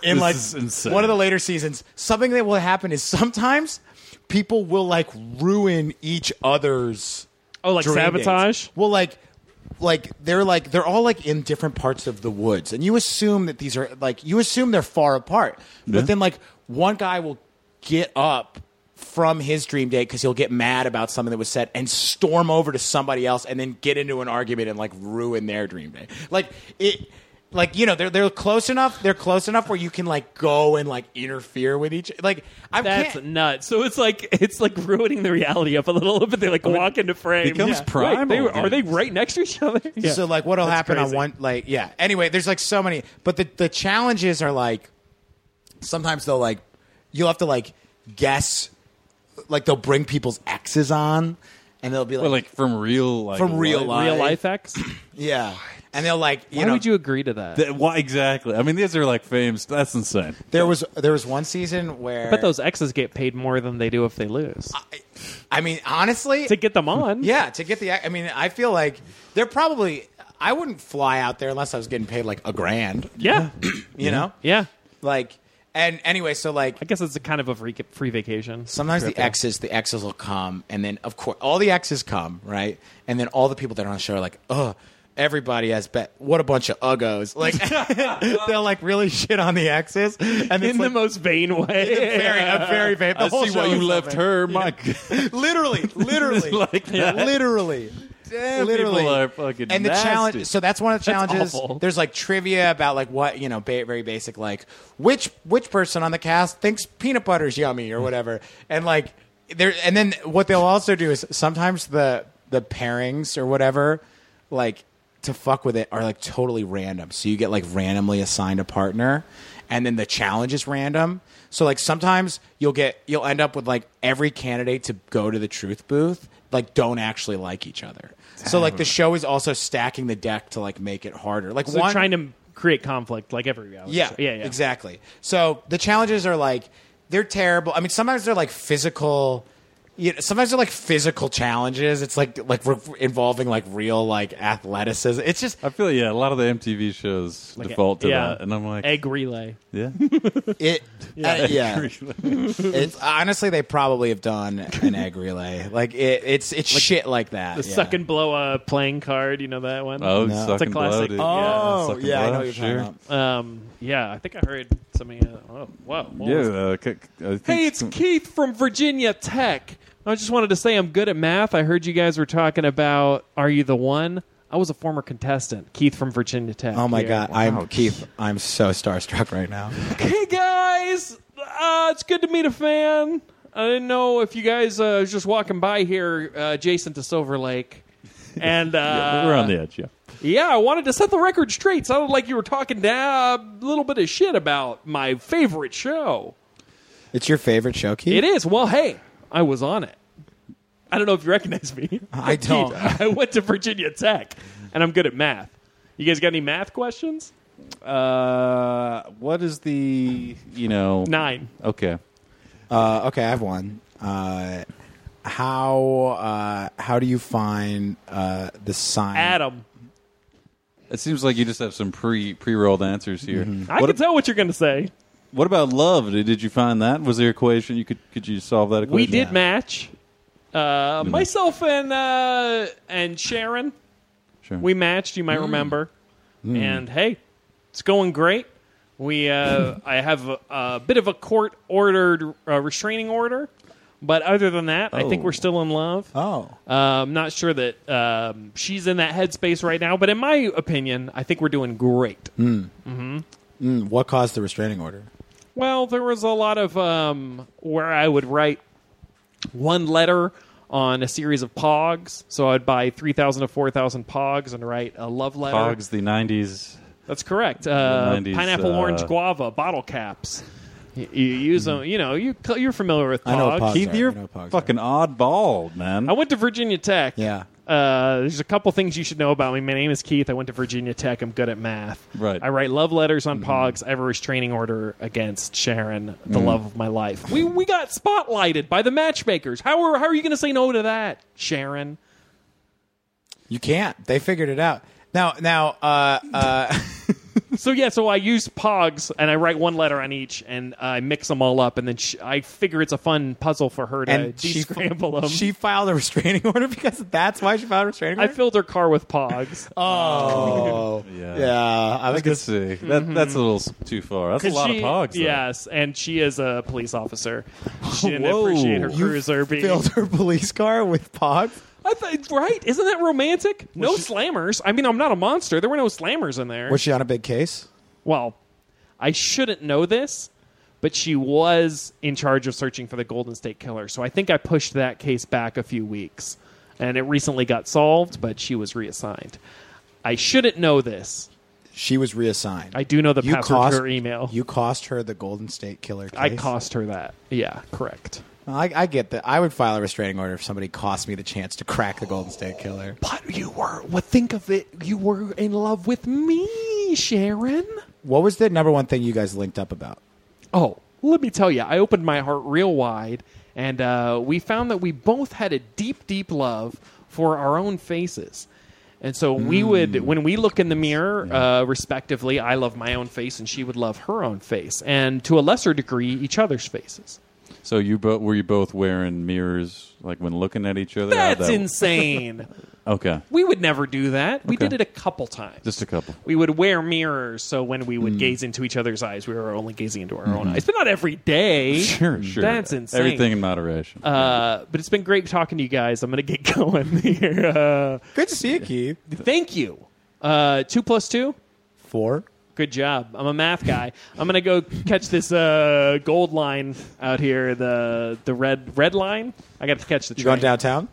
in This like is insane. one of the later seasons something that will happen is sometimes people will like ruin each other's Oh, like dream sabotage? dates. Well, like like they're like they're all like in different parts of the woods, and you assume that these are like you assume they're far apart, Yeah. but then like one guy will get up from his dream date because he'll get mad about something that was said and storm over to somebody else and then get into an argument and like ruin their dream day like it like you know they're they're close enough they're close enough where you can like go and like interfere with each like i That's can't, nuts. So it's like it's like ruining the reality up a little bit. They like Oh, walk into frame. becomes Wait, primal, they were- are dude. they right next to each other? Yeah. So like what'll That's happen on crazy. one like yeah. Anyway, there's like so many but the the challenges are like sometimes they'll like you'll have to like guess like they'll bring people's exes on and they'll be like, well, like from real, like From real life. real life X. yeah. And they'll like you Why know would you agree to that? Th- why exactly? I mean, these are like famous. That's insane. there was there was one season where I bet those exes get paid more than they do if they lose I mean honestly to get them on. yeah, to get the I mean I feel like they're probably I wouldn't fly out there unless I was getting paid like a grand, you yeah, know? yeah. Like and anyway, so like I guess it's a kind of a free, free vacation. Sometimes the Trip, yeah. exes, the exes will come, and then of course all the exes come, right? And then all the people that are on the show are like, "Ugh, everybody has bet. What a bunch of uggos!" Like they'll like really shit on the exes, in and it's the like, most vain way. very, a very vain. The I whole see show why you is left vain. her, Mike. Literally, literally, Like that. literally. Damn, Eh, literally, people are fucking and the nasty. challenge. So that's one of the That's challenges. awful. There's like trivia about like what you know, ba- very basic, like which which person on the cast thinks peanut butter's yummy or whatever, and like there. And then what they'll also do is sometimes the the pairings or whatever, like to fuck with it, are like totally random. So you get like randomly assigned a partner, and then the challenge is random. So like sometimes you'll get you'll end up with like every candidate to go to the truth booth like don't actually like each other. So like the show is also stacking the deck to like make it harder. Like So one trying to create conflict like every reality. yeah, show. yeah, yeah. exactly. So the challenges are like they're terrible. I mean, sometimes they're like physical, you know, sometimes they're like physical challenges. It's like like re- involving like real like athleticism. It's just I feel yeah, a lot of the MTV shows default to yeah. that, and I'm like, egg relay. yeah, it. Yeah, yeah. it's honestly they probably have done an egg relay. Like it, it's it's shit like that. The yeah. suck and blow a playing card. You know that one? oh, No. suck It's a and classic. blow, dude. Oh, suck and yeah, I blow, know what you're sure. talking about. Um, yeah, I think I heard something. Uh, oh, whoa. what was- Yeah, uh, c- c- I think Hey, it's Keith from Virginia Tech. I just wanted to say I'm good at math. I heard you guys were talking about Are You the One? I was a former contestant, Keith from Virginia Tech. Oh my here. god, I'm Keith. I'm so starstruck right now. Hey guys, uh, it's good to meet a fan. I didn't know if you guys uh, was just walking by here, uh, adjacent to Silver Lake, and uh, we're on the edge. Yeah, Yeah, I wanted to set the record straight. Sounded like you were talking a little bit of shit about my favorite show. It's your favorite show, Keith. It is. Well, hey, I was on it. I don't know if you recognize me. I don't. Indeed, I went to Virginia Tech, and I'm good at math. You guys got any math questions? Uh, what is the you know Nine. Okay, Uh, okay, I have one. Uh, how uh, how do you find uh, the sign? Adam, it seems like you just have some pre pre rolled answers here. I What, can tell what you're going to say. what about love? Did, did you find that? Was there equation you could could you solve that equation? We did match. Uh, myself and uh, and Sharon, Sure. we matched. You might remember. And hey, it's going great. We uh, I have a, a bit of a court ordered uh, restraining order, but other than that, I think Oh. we're still in love. Oh, I'm not sure that um, she's in that headspace right now, but in my opinion, I think we're doing great. Mm, what caused the restraining order? Well, there was a lot of um, where I would write one letter on a series of pogs. So I'd buy 3,000 to 4,000 pogs and write a love letter. Pogs the nineties. That's correct. Uh, 90s, pineapple, orange, uh, Hmm. guava, bottle caps. You, you use them, you know, you, you're familiar with pogs. I know what pogs Keith, Sorry, you're no pogs, fucking oddball, man. I went to Virginia Tech. Yeah. Uh, there's a couple things you should know about me. My name is Keith. I went to Virginia Tech. I'm good at math. Right. I write love letters on Mm-hmm. Pogs. I have a restraining order against Sharon, Mm. the love of my life. We we got spotlighted by the matchmakers. How are how are you going to say no to that, Sharon? You can't. They figured it out. Now, now, uh, uh, So yeah, so I use Pogs and I write one letter on each, and I mix them all up, and then sh I figure it's a fun puzzle for her to and she descramble them. She filed a restraining order because that's why she filed a restraining I order. filled her car with Pogs. oh, Yeah. I was I gonna could say, see that. That's a little s- too far. That's a 'Cause lot Mm-hmm. she- of pogs. though. Yes, and she is a police officer. She didn't Whoa. appreciate her You cruiser being. filled her police car with pogs. I th- right? Isn't that romantic? No slammers. I mean, I'm not a monster. There were no slammers in there. Was she on a big case? well, I shouldn't know this, but she was in charge of searching for the Golden State Killer. So I think I pushed that case back a few weeks, and it recently got solved, but she was reassigned. I shouldn't know this. She was reassigned. I do know the you password cost, to her email. You cost her the Golden State Killer. Case. I cost her that. Yeah, correct. I, I get that. I would file a restraining order if somebody cost me the chance to crack the Golden State Killer. But you were. Well, think of it. You were in love with me, Sharon. What was the number one thing you guys linked up about? Oh, let me tell you. I opened my heart real wide, and uh, we found that we both had a deep, deep love for our own faces. And so we would, when we look in the mirror, uh, respectively, I love my own face, and she would love her own face, and to a lesser degree, each other's faces. So you both were you both wearing mirrors like when looking at each other? How'd That's that- insane. Okay, we would never do that. We Okay. did it a couple times. just a couple. we would wear mirrors so when we Hmm. would gaze into each other's eyes we were only gazing into our own eyes but not every day Mm-hmm. Sure, sure. that's insane Everything in moderation. uh, but it's been great talking to you guys i'm gonna get going here uh, Good to see you, Keith. thank you uh, two plus two Four. good job i'm a math guy i'm gonna go catch this uh, gold line out here the the red red line i gotta catch the You train going downtown?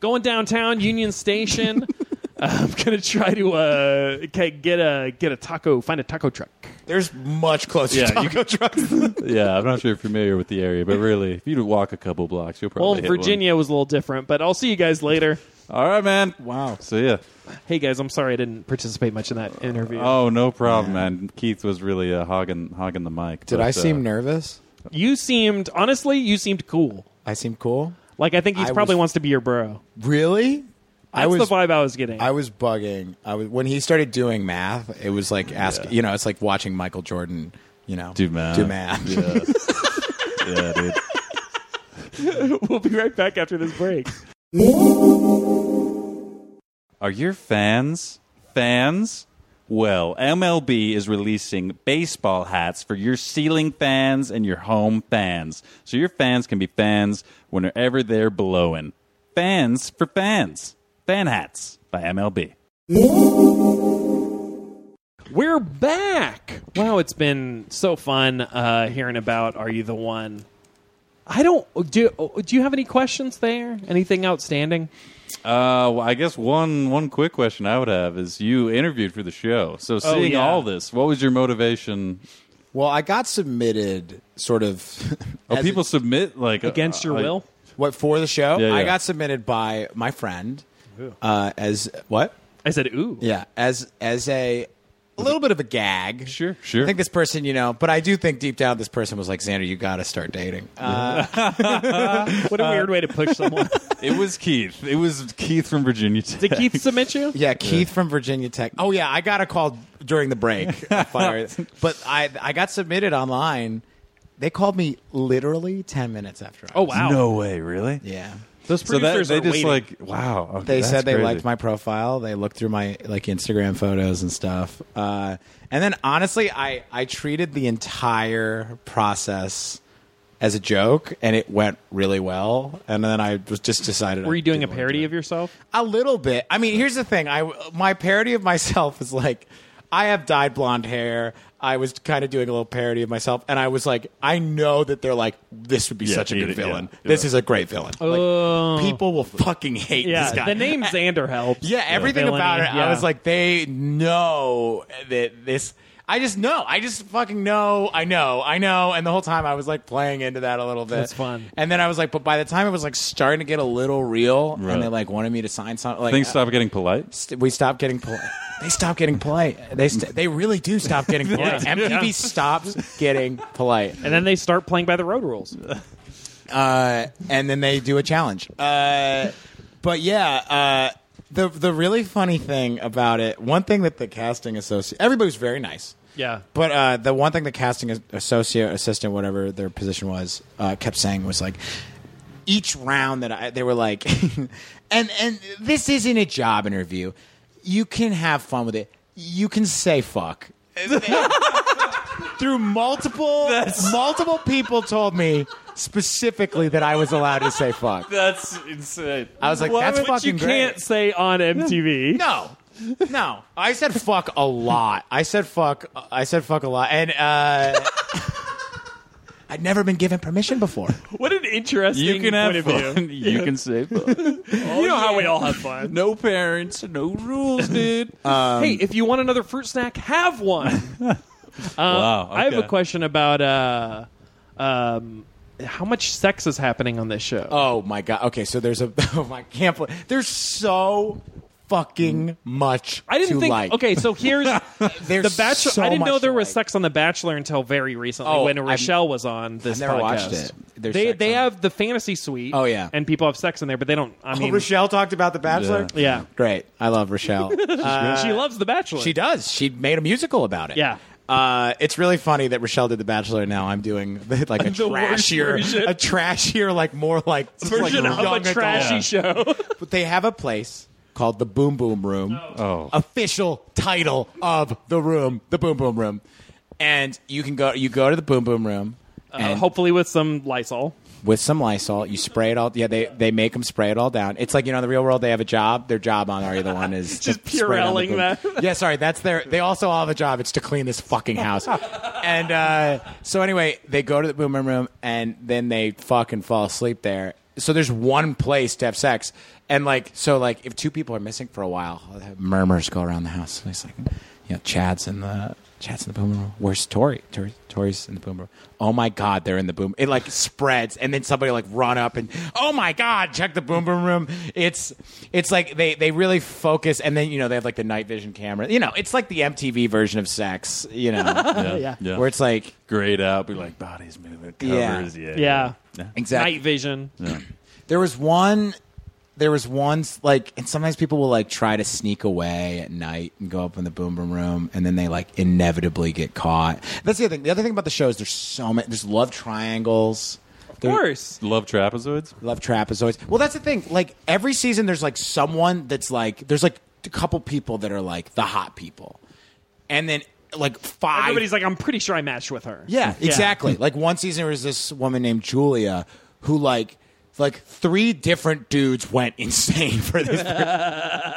going downtown Union Station. I'm gonna try to uh, ca- get a get a taco, find a taco truck. There's much closer Yeah, you taco trucks. than- yeah, I'm not sure you're familiar with the area, but really, if you walk a couple blocks, you'll probably Well, hit Virginia was a little different, but I'll see you guys later. One. All right, man. Wow. See ya. Hey guys, I'm sorry I didn't participate much in that interview. Oh, no problem, man. Keith was really uh, hogging hogging the mic. Did but, I uh, seem nervous? you seemed honestly, you seemed cool. I seem cool. Like I think he I probably was- wants to be your bro. Really? That's I was the vibe I was getting. I was bugging. I was when he started doing math. It was like asking. You know, it's like watching Michael Jordan. You know, Do math. Do math. Yeah. yeah, dude. we'll be right back after this break. Are your fans fans? Well, MLB is releasing baseball hats for your ceiling fans and your home fans. So your fans can be fans whenever they're blowing. Fans for fans. Fan hats by MLB. We're back. Wow, it's been so fun uh, hearing about Are You the One? I don't do. Do you have any questions there? Anything outstanding? Uh, well, I guess one one quick question I would have is you interviewed for the show. So seeing yeah. all this, what was your motivation? Well, I got submitted sort of. Oh, as people submit like Against your uh, will? a- what for the show? Yeah, yeah. I got submitted by my friend. Uh, as what? I said, "Ooh, Yeah, as as a a little bit of a gag. Sure, sure. I think this person, you know, but I do think deep down this person was like, Xander, you got to start dating. Uh, what a Uh, weird way to push someone." It was Keith. It was Keith from Virginia Tech. Did Keith submit you? yeah, Keith from Virginia Tech. Oh yeah, I got a call during the break. Fire. but I I got submitted online. They called me literally ten minutes after. I Oh was- wow, No way, really? Yeah. those So that producers they are just waiting. like wow. okay, They that's said they crazy. liked my profile. They looked through my like Instagram photos and stuff. Uh, and then honestly, I I treated the entire process as a joke, and it went really well. And then I was just decided. Were I you doing a didn't wanna do parody it. of yourself? A little bit. I mean, here's the thing. I my parody of myself is like I have dyed blonde hair. I was kind of doing a little parody of myself, and I was like, I know that they're like, this would be such a eat good it, villain. yeah, yeah. This is a great villain. Like, Oh. people will fucking hate this Yeah, guy. the name Xander helps. Yeah, everything Villainy, about it. yeah. I was like, they know that this. I just know. I just fucking know. I know. I know. And the whole time I was like playing into that a little bit. That's fun. And then I was like, but by the time it was like starting to get a little real, Right. and they like wanted me to sign something, like uh, Things stop getting polite. st- we stopped getting polite. They stopped getting polite. They st- they really do stop getting polite. Yeah. MTV Yeah. stops getting polite. and then they start playing by the road rules. uh, and then they do a challenge. Uh, but yeah, uh, the the really funny thing about it, one thing that the casting associate, everybody was very nice. Yeah. But uh, the one thing the casting as- associate, assistant, whatever their position was, uh, kept saying was like, each round that I, they were like, and and this isn't a job interview. You can have fun with it. You can say fuck. Through multiple multiple people told me specifically that I was allowed to say fuck. That's insane. I was like, that's What fucking you great. can't say on MTV. No. No. I said fuck a lot. I said fuck I said fuck a lot. And uh I'd never been given permission before. What an interesting You can point have of view. fun. You can say fun. you know how we all have fun. No parents, no rules, dude. Um, hey, if you want another fruit snack, have one. wow. Uh, I have a okay. question about uh, um, how much sex is happening on this show. Oh my god. Okay, so there's a oh my can't believe there's so fucking much I didn't to think. like. Okay, so here's There's the Bachelor. so I didn't much know there to was like. sex on the Bachelor until very recently Oh, when I'm- Rochelle was on this. never podcast. watched it. There's They sex they on it. have the fantasy suite. Oh, yeah. and people have sex in there, but they don't. I mean, Oh, Rochelle talked about The Bachelor. Yeah. yeah, Great. I love Rochelle. Uh, she loves the Bachelor. she does. She made a musical about it. Yeah. Uh, it's really funny that Rochelle did The Bachelor. Now I'm doing like a The worst trashier, version. a trashier, like more like version like, young of a adult. trashy show. But they have a place called the Boom Boom Room. Oh. Official title of the room, the Boom Boom Room. And you can go you go to the Boom Boom Room Uh, and hopefully with some Lysol. with some Lysol, you spray it all yeah, they they make them spray it all down. It's like you know in the real world they have a job, their job on Are You the One is Just to spray down the Purelling Boom. that. Yeah, sorry, that's their they also all have a job, it's to clean this fucking house. and uh, so anyway, they go to the Boom Boom Room and then they fucking fall asleep there. So there's one place to have sex. And like so like if two people are missing for a while, murmurs go around the house. And it's like, you know, Chad's in the Chad's in the boom room. Where's Tori? Tori Tori's in the boom room. Oh my god, they're in the boom. It like spreads and then somebody like run up and oh my god, check the boom boom room. It's it's like they they really focus and then you know they have like the night vision camera. You know, it's like the MTV version of sex, you know. yeah. Yeah. Where it's like grayed out, be like bodies moving, Yeah. covers. Yeah. Yeah. exactly Night vision. There was one. There was one like, and sometimes people will like try to sneak away at night and go up in the boom boom room, and then they like inevitably get caught. That's the other thing. The other thing about the show is there's so many. There's love triangles. Of course. Love trapezoids. Love trapezoids. Well, that's the thing. Like every season, there's like someone that's like there's like a couple people that are like the hot people, and then like five. Everybody's like, I'm pretty sure I matched with her. Yeah, exactly. Like one season there was this woman named Julia who like like three different dudes went insane for this.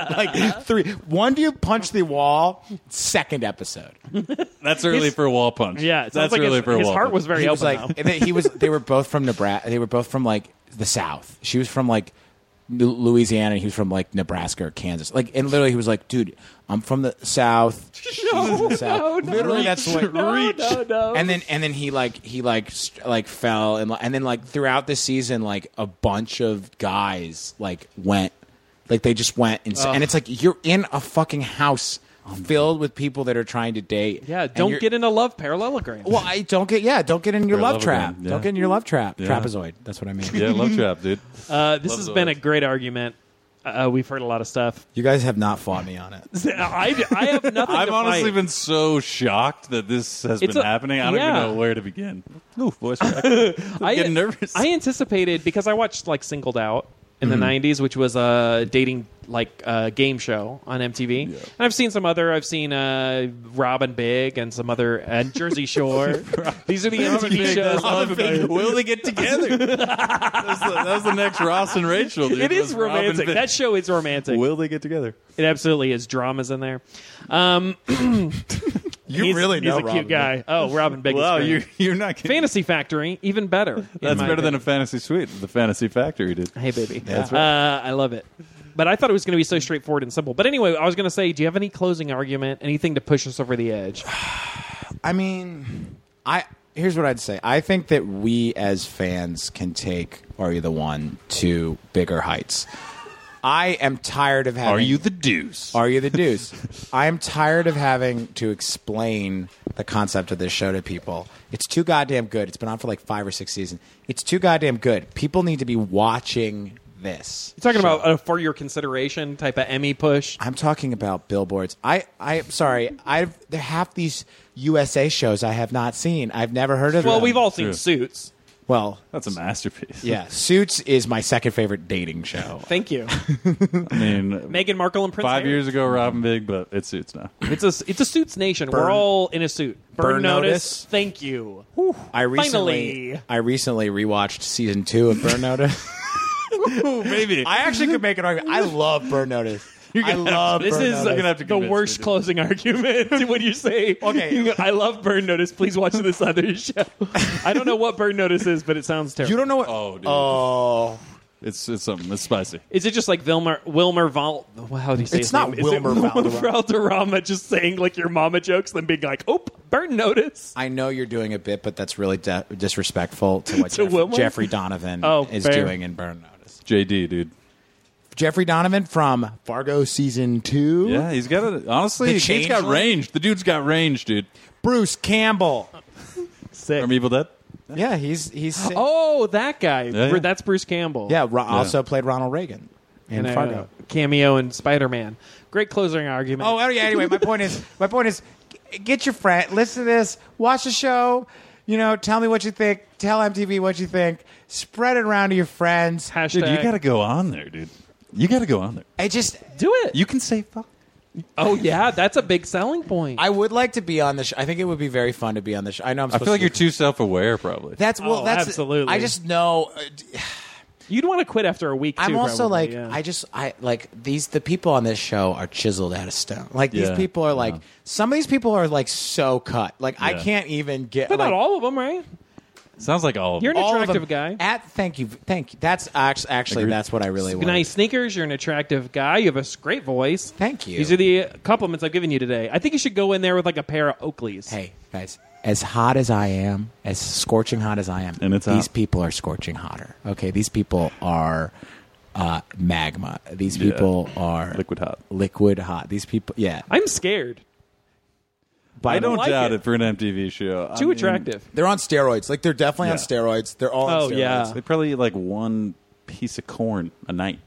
like three. One dude punched the wall, second episode. That's early for a wall punch. Yeah, it sounds that's like early his, for a his wall heart punch. was very he was open. like though. and then he was they were both from Nebraska they were both from like the South. She was from like Lu- Louisiana and he was from like Nebraska or Kansas. Like and literally he was like, dude, I'm from the South. She's from the South. literally that's what no, no. and then and then he like he like st- like fell and like- and then like throughout the season like a bunch of guys like went like they just went and s- and it's like you're in a fucking house filled with people that are trying to date. Oh yeah, and don't you're- get in a love parallelogram. Well, I don't get. Yeah, don't get in your Or love, love trap. again, yeah. Don't get in your love trap. Yeah. Trapezoid. That's what I mean. yeah, love trap, dude. uh, this Love has those. been a great argument. Uh, we've heard a lot of stuff. You guys have not fought me on it. I, I have nothing. I've to honestly fight. been so shocked that this has It's been a- happening. I don't yeah. even know where to begin. Ooh, voice crack. I'm I, getting nervous. Mm-hmm. I anticipated because I watched like Singled Out in the '90s, which was a dating like uh, game show on MTV. And I've seen some other. I've seen uh, Robin Big and some other uh, Jersey Shore. These are the MTV shows. Will they get together? that, was the, that was the next Ross and Rachel. Dude. It is was Robin romantic. Thicke. That show is romantic. Will they get together? It absolutely is. Dramas in there. Um, You he's, really know he's a Robin cute guy. Oh, Robin Big. is Wow, great. you're you're not kidding. Fantasy Factory, even better. That's better than a fantasy suite. The fantasy factory, dude. Hey, baby. That's uh, I love it. But I thought it was going to be so straightforward and simple. But anyway, I was going to say, do you have any closing argument? Anything to push us over the edge? I mean, I here's what I'd say. I think that we as fans can take Are You the One to bigger heights. I am tired of having Are you the deuce? Are You the Deuce. I am tired of having to explain the concept of this show to people. It's too goddamn good. It's been on for like 5 or 6 seasons. It's too goddamn good. People need to be watching this. You're talking about a for your consideration type of Emmy push. I'm talking about billboards. I I'm sorry. I've there half these USA shows I have not seen. I've never heard of Well, them. we've all seen True. Suits. Well, That's a masterpiece. yeah, Suits is my second favorite dating show. Thank you, I mean, Meghan Markle and Prince. five Harry. years ago, Robin Big, but it suits now. It's a it's a Suits nation. We're Burn- all in a suit. Burn, Burn notice. Notice. Thank you. I recently Finally. I recently rewatched season 2 of Burn Notice. Ooh, baby. I actually could make an argument. I love Burn Notice. I love This Burn is Notice. You're gonna have to the convince worst me. closing argument when you say, Okay. you go, I love Burn Notice. Please watch this other show." I don't know what Burn Notice is, but it sounds terrible. You don't know what oh, dude. Oh, it's it's something. It's spicy. Is it just like Wilmer Wilmer Val? How do you say It's his not name? Is Wilmer it Valderrama. Valderrama just saying like your mama jokes, then being like, "Oh, burn notice." I know you're doing a bit, but that's really de- disrespectful to what To Jeff- Wilma? Jeffrey Donovan Oh, is fair. doing in Burn Notice. JD, dude. Jeffrey Donovan from Fargo season 2. Yeah, he's got it. Honestly, The he's got changeling? range. The dude's got range, dude. Bruce Campbell. Sick. From Evil Dead. Yeah, he's he's sick. Oh, that guy. yeah. That's Bruce Campbell. Yeah, Ro- also played Ronald Reagan in And uh, a Fargo. cameo in Spider Man. Great closing argument. Oh, yeah. Anyway, my point is, my point is, g- get your friend, listen to this, watch the show. You know, tell me what you think. Tell MTV what you think. Spread it around to your friends. hashtag. Dude, you got to go on there, dude. You got to go on there. I just, do it. You can say fuck. oh yeah, that's a big selling point. I would like to be on the show. I think it would be very fun to be on the show. I know I'm. I Supposed feel like to you're too self-aware, probably. That's well. Oh, that's absolutely. I just know. uh, d- You'd want to quit after a week. Too, I'm also probably, like, yeah. I just, I like these. The people on this show are chiseled out of stone. Like these Yeah, people are like. yeah. Some of these people are like so cut. Like I Yeah. can't even get. But like, not all of them, right? Sounds like all of You're them. an all of attractive guy. them. At thank you, thank you. That's act- actually Agreed. that's what I really want. nice sneakers. You're an attractive guy. You have a great voice. Thank you. These are the uh, compliments I've given you today. I think you should go in there with like a pair of Oakleys. Hey guys, as hot as I am, as scorching hot as I am, And it's these hot. people are scorching hotter. Okay, these people are uh, magma. These Yeah. people are Liquid hot. Liquid hot. These people, yeah. I'm scared. I don't don't like doubt it. it. for an MTV show. I Too mean, attractive. They're on steroids. Like they're definitely on Yeah. steroids. They're all. Oh, yeah. They probably eat like one piece of corn a night.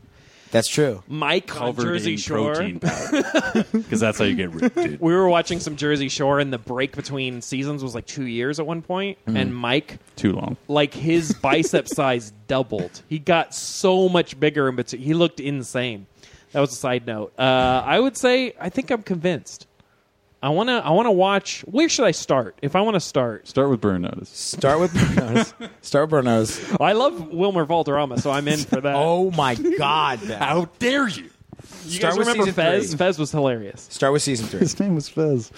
That's true. Mike on Covered Jersey in Shore. protein powder. Because that's how you get ripped, dude. We were watching some Jersey Shore, and the break between seasons was like two years at one point, Hmm. And Mike, Too long. like his bicep size doubled. He got so much bigger, in between. he looked insane. That was a side note. Uh, I would say I think I'm convinced. I wanna I wanna watch. Where should I start? If I want to start, Start with burn notice. Start with Bruno's. Start with Bruno's. I love Wilmer Valderrama, so I'm in for that. Oh my god! Ben. How dare you? you start guys with remember season Fez? three. Fez was hilarious. Start with season three. His name was Fez.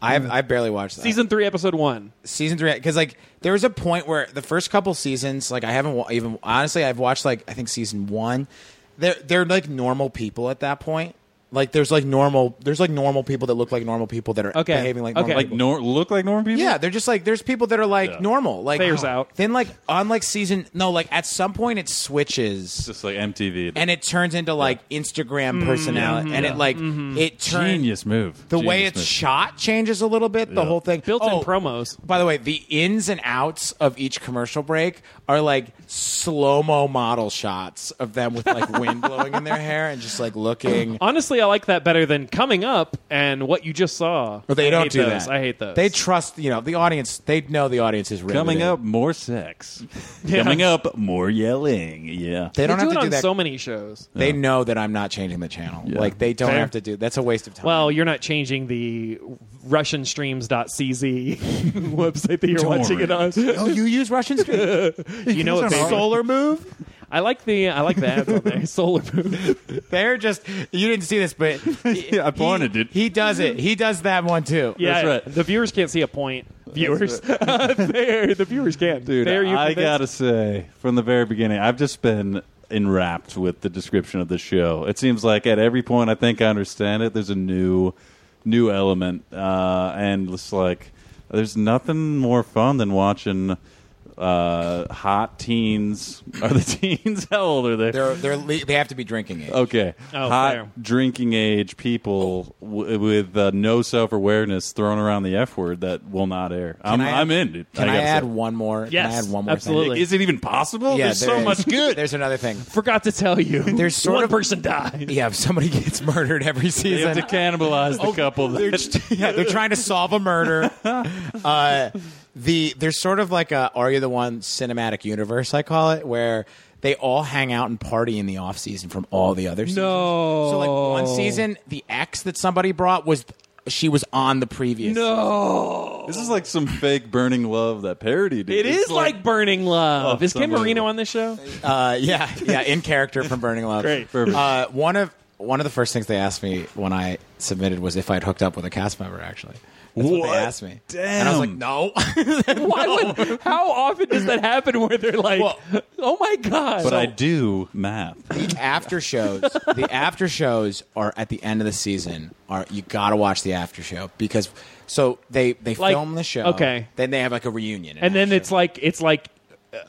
I've I barely watched that. Season three, episode one. season three because like there was a point where the first couple seasons like i haven't wa- even honestly i've watched like i think season one they're they're like normal people at that point like there's like normal there's like normal people that look like normal people that are Okay. behaving like Okay. normal Like, people. nor- look like normal people? yeah they're just like there's people that are like Yeah. normal like Fair's out. then like on like season no like at some point it switches It's just like MTV. and it turns into like Mm-hmm. instagram personality and it like it turns Genius move. the way Genius it's move. shot changes a little bit the Yeah. whole thing Built-in Oh, promos. by the way, the ins and outs of each commercial break are like slow mo model shots of them with like wind blowing in their hair and just like looking. Honestly, I like that better than coming up and what you just saw. But they I don't hate do those. that. I hate those. They trust, you know, the audience. They know the audience is riveted. Coming up, more sex. Coming up, more yelling. Yeah. They They don't do have it to on do that. so many shows. they know that I'm not changing the channel. Yeah. Like they don't Fair. have to do. That's a waste of time. Well, you're not changing the RussianStreams.cz website that you're Don't watching it on. oh, you use Russian stream. You know what? Solar. Solar move? I like the I like the ads on there. Solar Moon. They're just you didn't see this, but Yeah, I pointed he, it. He does it. He does that one too. Yeah, That's right. the viewers can't see a point. Viewers, there the viewers can. Dude, there you I convinced- gotta say, from the very beginning, I've just been enwrapped with the description of the show. It seems like at every point I think I understand it. There's a new, new element, uh, and it's like there's nothing more fun than watching uh, hot teens. Are the teens? How old are they? They're they're le- they have to be drinking it. Okay, Oh, hot fair. drinking age people w- with uh, no self awareness throwing around the f word that will not air. I'm, I add- I'm in. Dude. Can I, gotta add say. one more? Yes, can I add one more thing? absolutely. Is it even possible? Yeah, There's there Oh, so is. much good. There's another thing. Forgot to tell you. There's sort one of- person died. Yeah, if somebody gets murdered every They have season, to cannibalize Oh, the couple. they're, just- yeah, they're trying to solve a murder. Uh, the there's sort of like a "Are You the One" cinematic universe, I call it, where they all hang out and party in the off season from all the other seasons. No. So like one season, the ex that somebody brought was she was on the previous. No. this is like some fake burning love that parody. Dude. It It's is like, burning love. Oh, is Kim somebody- Marino on this show? Uh, yeah, yeah, in character from Burning Love. Great. Perfect. Uh, one of one of the first things they asked me when I submitted was if I'd hooked up with a cast member. Actually, that's what, What? they asked me. And I was like, Damn. no. Why would? How often does that happen? Where they're like, Well- "Oh my god!" but I do math. the after shows, the after shows are at the end of the season. Are you got to watch the after show because so they they Like- film the show. okay. Then they have like a reunion, and then after it's like it's like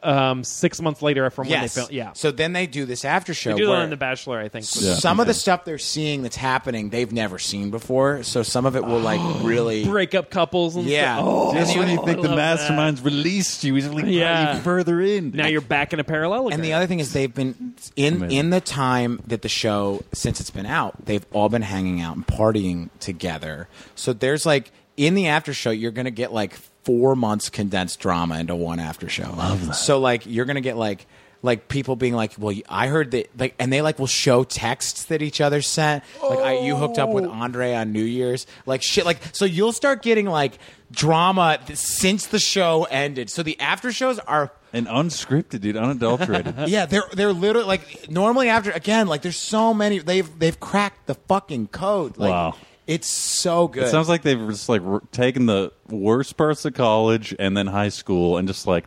um, six months later from show. yes, when they film. Yeah, So then they do this after show. they do that where- on The Bachelor, I think. Yeah. Some of the stuff they're seeing that's happening, they've never seen before. So some of it will like really Break up couples. And Yeah. stuff. Oh, Just when you think the love that. mastermind's released you, he's really brought Yeah. you further in. Oh, now you're back in a parallelogram. And the other thing is they've been in Amazing. in the time that the show since it's been out, they've all been hanging out and partying together. So there's like in the after show, you're gonna get like four months condensed drama into one after show. Love that. So like you're gonna get like like people being like, well, I heard that, like, and they like will show texts that each other sent. Like, I, you hooked up with Andre on New Year's, like shit. Like, so you'll start getting like drama th- since the show ended. So the after shows are and unscripted, dude, unadulterated. yeah, they're they're literally like normally after again like there's so many they've they've cracked the fucking code. Like, Wow. it's so good. It sounds like they've just like r- taken the worst parts of college and then high school and just like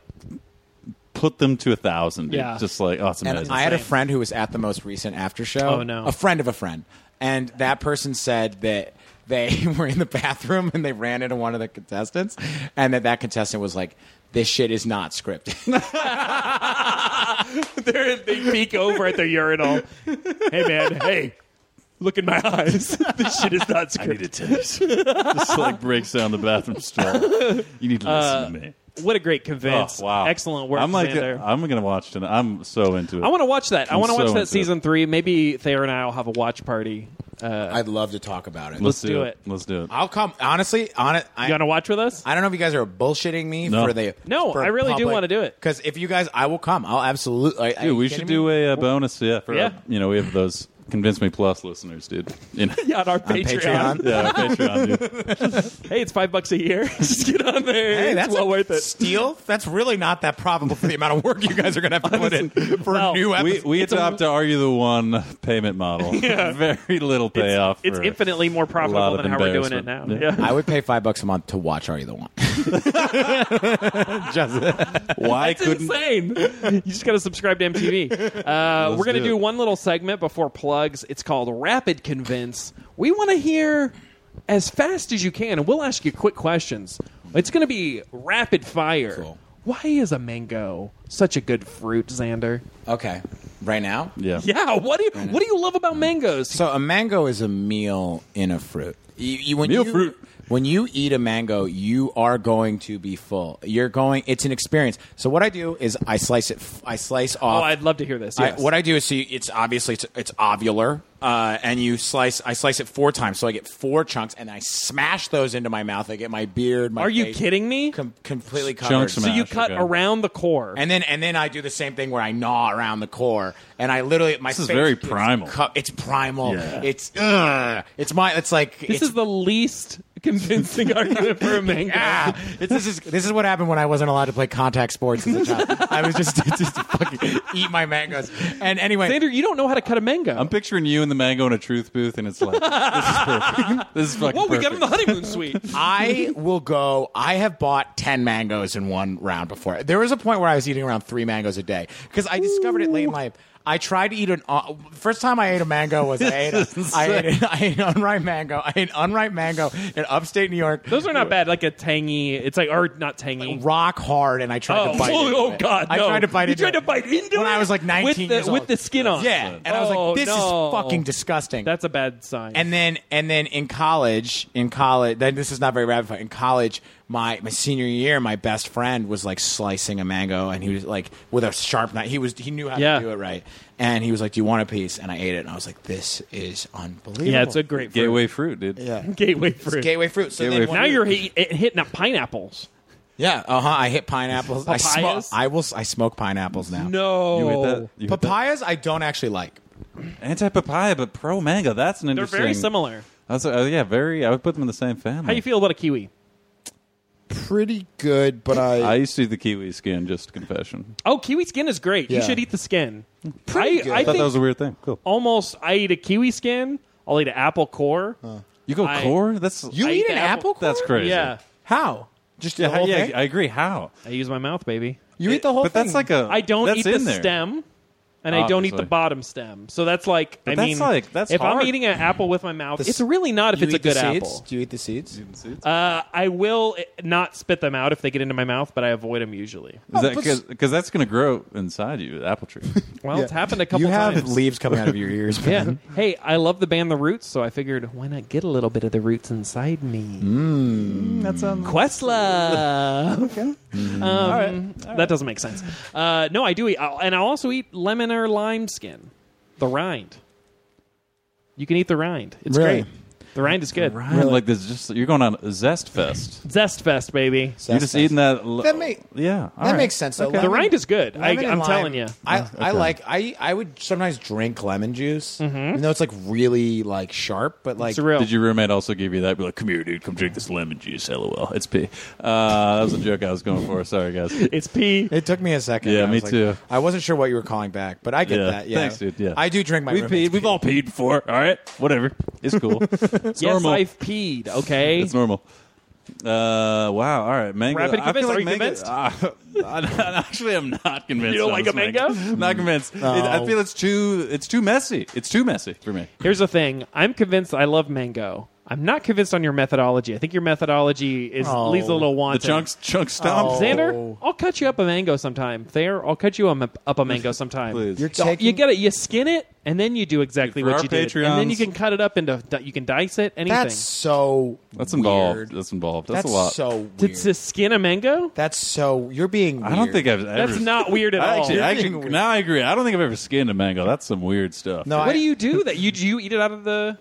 put them to a thousand. Dude. Yeah. Just like oh, it's and amazing. I had a friend who was at the most recent after show. Oh, no. a friend of a friend, and that person said that they were in the bathroom and they ran into one of the contestants, and that that contestant was like, "This shit is not scripted." They're- they peek over at their urinal. Hey man, hey, look in my eyes. this shit is not I need scripted. a taste. just like breaks down the bathroom stall. You need to listen to me. What a great convince! Oh, wow. Uh, excellent work, I'm like, Xander. I'm going to watch tonight. I'm so into it. I want to watch that. i I'm want to so watch into that it. season three. Maybe Thayer and I will have a watch party. I'd love to talk about it. Let's do it. Let's do it. I'll come honestly on it. You want to watch with us? I don't know if you guys are bullshitting me No. for the No, I really do wanna do it. because if you guys, I will come. I'll absolutely. Dude, Dude, we should do a, uh bonus. Yeah, for, Yeah. Our, you know, we have those Convince Me Plus listeners, dude. You know, Yeah, on our on Patreon. yeah, our Patreon, dude. Hey, it's five bucks a year. Just get on there. Hey, it's that's well a worth it. Steal? That's really not that probable for the amount of work you guys are going to have to put in for Wow. a new We, episode. we adopt the Are You the One payment model. Very little payoff. It's for- infinitely more lot profitable of than how we're doing it now. embarrassment. Yeah. I would pay five bucks a month to watch Are You the One? Why couldn't Insane. You just got to subscribe to MTV. Uh, we're going to do do it. one little segment before plugs. It's called Rapid Convince. We want to hear as fast as you can, and we'll ask you quick questions. It's going to be rapid fire. Cool. Why is a mango such a good fruit, Xander? Okay, right now. Yeah. Yeah, what do you, what do you love about mangoes? So a mango is a meal in a fruit. You, you, when Meal you, fruit. When you eat a mango, you are going to be full. You're going. It's an experience. So what I do is I slice it. f- I slice oh, off. I'd love to hear this. I- Yes. what I do is, so you, it's obviously it's, it's ovular, uh, and you slice. I slice it four times, so I get four chunks, and I smash those into my mouth. I get my beard. My Are you face kidding me? Com- completely covered. Chunks so you Smash, cut okay. around the core. and then and then I do the same thing where I gnaw around the core, and I literally my This is face very gets primal. cu- it's primal. Yeah. It's ugh, it's my it's like this it's, is the least convincing argument for a mango. ah, it's, this is this is what happened when I wasn't allowed to play contact sports as a child. I was just just fucking eat my mangoes. And anyway, Xander, you don't know how to cut a mango. I'm picturing you and the mango in a truth booth, and it's like this is perfect. This is fucking Whoa, we got perfect. him the honeymoon suite. I will go. I have bought ten mangoes in one round before. There was a point where I was eating around three mangoes a day because I discovered it late in life. I tried to eat an. Uh, first time I ate a mango was I ate, a, I ate, I ate an unripe mango. I ate an unripe mango in upstate New York. Those are not bad. Like a tangy. It's like or not tangy. rock hard, and I tried Oh, to bite. oh, into oh, it. God! I no. tried to bite. You into tried to it. bite into when it I was like with nineteen the, years with old. the skin on. Yeah, and I was Oh, like, "This no. is fucking disgusting." That's a bad sign. And then and then in college, in college, then this is not very rapid fire. In college, my my senior year, my best friend was like slicing a mango, and he was like with a sharp knife. He was he knew how Yeah. to do it right, and he was like, "Do you want a piece?" And I ate it, and I was like, "This is unbelievable." yeah, it's a great fruit. gateway fruit, dude. yeah. gateway fruit. gateway fruit. So Gateway then fruit. one- Now you're hit, hitting up pineapples. yeah. Uh huh. I hit pineapples. I smoke. Papayas? I will. s- I smoke pineapples now. No, You hit that. You hit papayas. I don't actually like. that. Anti papaya, but pro mango. That's an they're interesting. very similar. That's a- oh, yeah, very. I would put them in the same family. How you feel about a kiwi? pretty good, but I I, used to eat the kiwi skin. Just confession. Oh, kiwi skin is great. You Yeah. should eat the skin. I, Pretty good. I I thought think that was a weird thing. Cool. almost. I eat a kiwi skin. I'll eat an apple core. You go I- core. That's You I eat eat an the apple? apple- core? That's crazy. Yeah, How? Just Yeah, the whole yeah, thing. I agree. How? I use my mouth, baby. you eat the whole but thing. that's like a. I don't that's eat in the there. stem, and I don't eat the Obviously. bottom stem. So that's like I that's mean, like- that's if hard. I'm eating an apple with my mouth, s- it's really not if You it's a eat the good seeds? apple. Do you eat the seeds? Uh, I will eh, not spit them out if they get into my mouth, but I avoid them usually. Is that Oh, but- because that's going to grow inside you, the apple tree? Well, it's Yeah. happened a couple you have times. leaves coming out of your ears. yeah. Hey, I love the band The Roots, so I figured why not get a little bit of the roots inside me? that sounds. Questlove. Um, All right. That doesn't make sense. Uh, no, I do eat, I'll, and I also eat lemon or lime skin, the rind. You can eat the rind. It's Really? great. The rind is good. Ryan, like this, is just you're going on a zest fest. Zest fest, baby. You're just eating that. l- That make- yeah, all that right. makes sense. Though. The rind is good. I, lemon and I'm lime- telling you. I, I like I I would sometimes drink lemon juice, even though it's like really like sharp, but like It's real. Did your roommate also give you that? Be like, come here, dude, come drink this lemon juice. LOL. It's pee. Uh, that was a joke I was going for. Sorry, guys. it's pea. It took me a second. Yeah, I me was like- too. I wasn't sure what you were calling back, but I get Yeah, that. Yeah, thanks, dude. Yeah, I do drink my. We've roommate's peed. We've all peed before. All right, whatever. It's cool. It's Yes, normal. I've peed. Okay. It's normal. Uh, wow. All right, mango. Rapid I feel convince. Are you mango- convinced? Uh, I, I- actually, I'm not convinced. You don't on like this a mango? Mm. Not convinced. It- I feel it's too. It's too messy. It's too messy for me. Here's the thing. I'm convinced I love mango, I'm not convinced on your methodology. I think your methodology is Oh. leaves a little The wanting. chunks, chunk stomp. Oh. Xander, I'll cut you up a mango sometime. Thayer, I'll cut you um, up a mango sometime. Please. You're So taking- you get it. You skin it, and then you do exactly For what our you did, and then you Patreons. can cut it up into. You can dice it. Anything. That's so. That's involved. weird. That's involved. That's, That's, a lot. so weird. to, to skin a mango. That's so. You're being. Weird. I don't think I've ever. That's not weird at I all. actually, I being actually- weird. now I agree. I don't think I've ever skinned a mango. That's some weird stuff. No, what I, do you do? That you do you eat it out of the?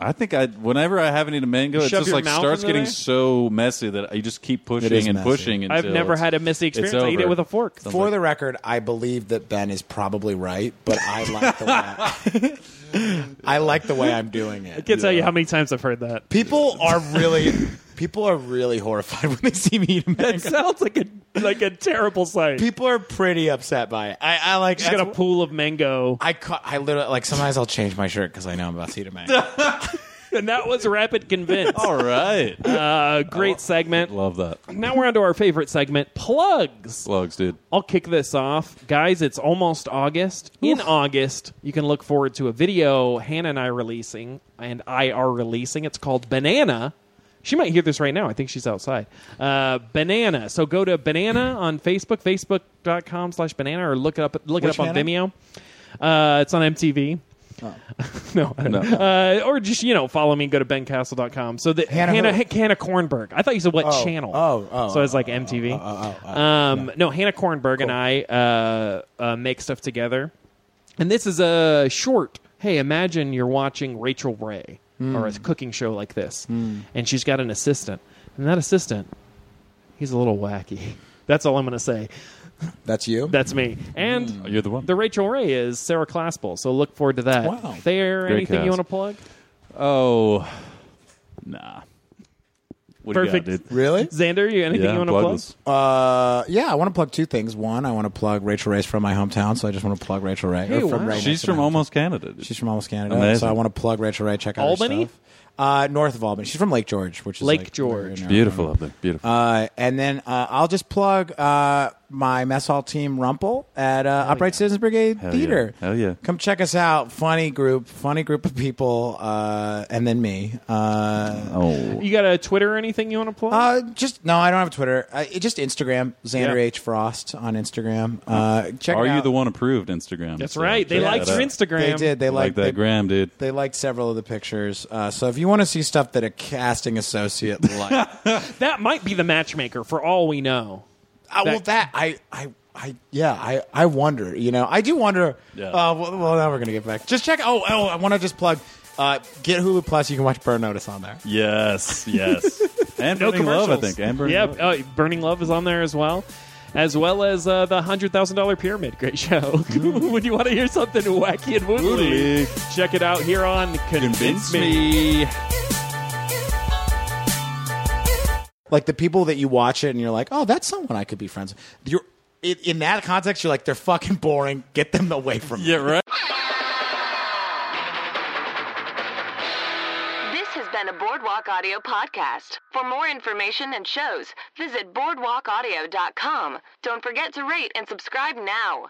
I think I whenever I haven't eaten a mango, You it shove just your like mouth starts into getting there? so messy that you just keep is pushing and messy. pushing. Until I've never it's- had a messy it's experience. I eat over. it with a fork. For the record, I believe that Ben is probably right, but I like the way I like the way I'm doing it. I can't tell you how many times I've heard that. People are really people are really horrified when they see me eat a mango. That sounds like a like a terrible sight. People are pretty upset by it. I, I like. just got a that's- pool of mango, I ca- I literally like sometimes I'll change my shirt because I know I'm about to eat a mango. and that was rapid convince. All right, Uh, great segment. love that Now we're on to our favorite segment, plugs. slugs, dude. I'll kick this off. Guys, it's almost August. In August, you can look forward to a video Hannah and I releasing, and I are releasing. It's called Banana. She might hear this right now. I think she's outside. Uh, banana. So go to Banana on Facebook, facebook.com slash banana, or look it up, look Which it up on Hannah? Vimeo. Oh. Uh, it's on MTV. no, I don't No. know. Uh, or just, you know, follow me and go to bencastle.com. So the Hannah Hannah, Hannah, who? Kornberg. I thought you said what Oh, channel. oh, oh, So I was like MTV. um, no. Hannah Kornberg and I uh, uh, make stuff together. And this is a short. Hey, imagine you're watching Rachel Ray Hmm. or a cooking show like this, and she's got an assistant. And that assistant, he's a little wacky. That's all I'm going to say. oh. That's you. That's me. And Hmm. You're the one. the Rachel Ray is Sarah Claspel. So look forward to that. Wow. There, Great anything you cast. want to plug? Oh, nah. What Perfect. Do you got, dude? really? Xander, you anything Yeah, you want to plug plug? this. Uh, yeah, I want to plug two things. One, I want to plug Rachel Ray's from my hometown, so I just want to plug Rachel Ray. or Hey, from wow. Ray She's Nixon. from almost Canada. Dude. She's from almost Canada, Amazing. so I want to plug Rachel Ray. Check out her Albany? stuff. Uh, north of Albany. She's from Lake George, which is Lake like, George. very beautiful up there. Beautiful. Uh, and then uh, I'll just plug uh, my mess hall team Rumple at uh, Upright Citizens Brigade Hell Theater. yeah. Hell yeah. Come check us out. Funny group, funny group of people, uh, and then me. Uh, oh, You got a Twitter or anything you want to plug? uh, just no, I don't have Twitter. Uh, it- just Instagram, Xander Yeah. H Frost on Instagram. Uh, check. are it you out. the one approved Instagram? That's So right. They check liked that your out. Instagram. They did. They I like liked that they- gram, dude. They liked several of the pictures. Uh, so if you want to see stuff that a casting associate liked, That might be the matchmaker for all we know. Uh, well, That- that I, I, I, yeah, I, I wonder. You know, I do wonder. Yeah. Uh, well, well, now we're gonna get back. Just check. Oh, oh, I want to just plug. Uh, get Hulu Plus. You can watch Burn Notice on there. Yes, yes. and No Burning Love, I commercials. think. And Burning yeah, Love. uh, Burning Love is on there as well. As well as uh, the hundred thousand dollar pyramid, great show. when you want to hear something wacky and woodly, Mm. Woodly. check it out here on Convince, Convince Me. me. Like the people that you watch it and you're like, oh, that's someone I could be friends. with. You're it, in that context. You're like, they're fucking boring. Get them away from me. Yeah, right. This has been a Boardwalk Audio podcast. For more information and shows, visit boardwalkaudio.com. Don't forget to rate and subscribe now.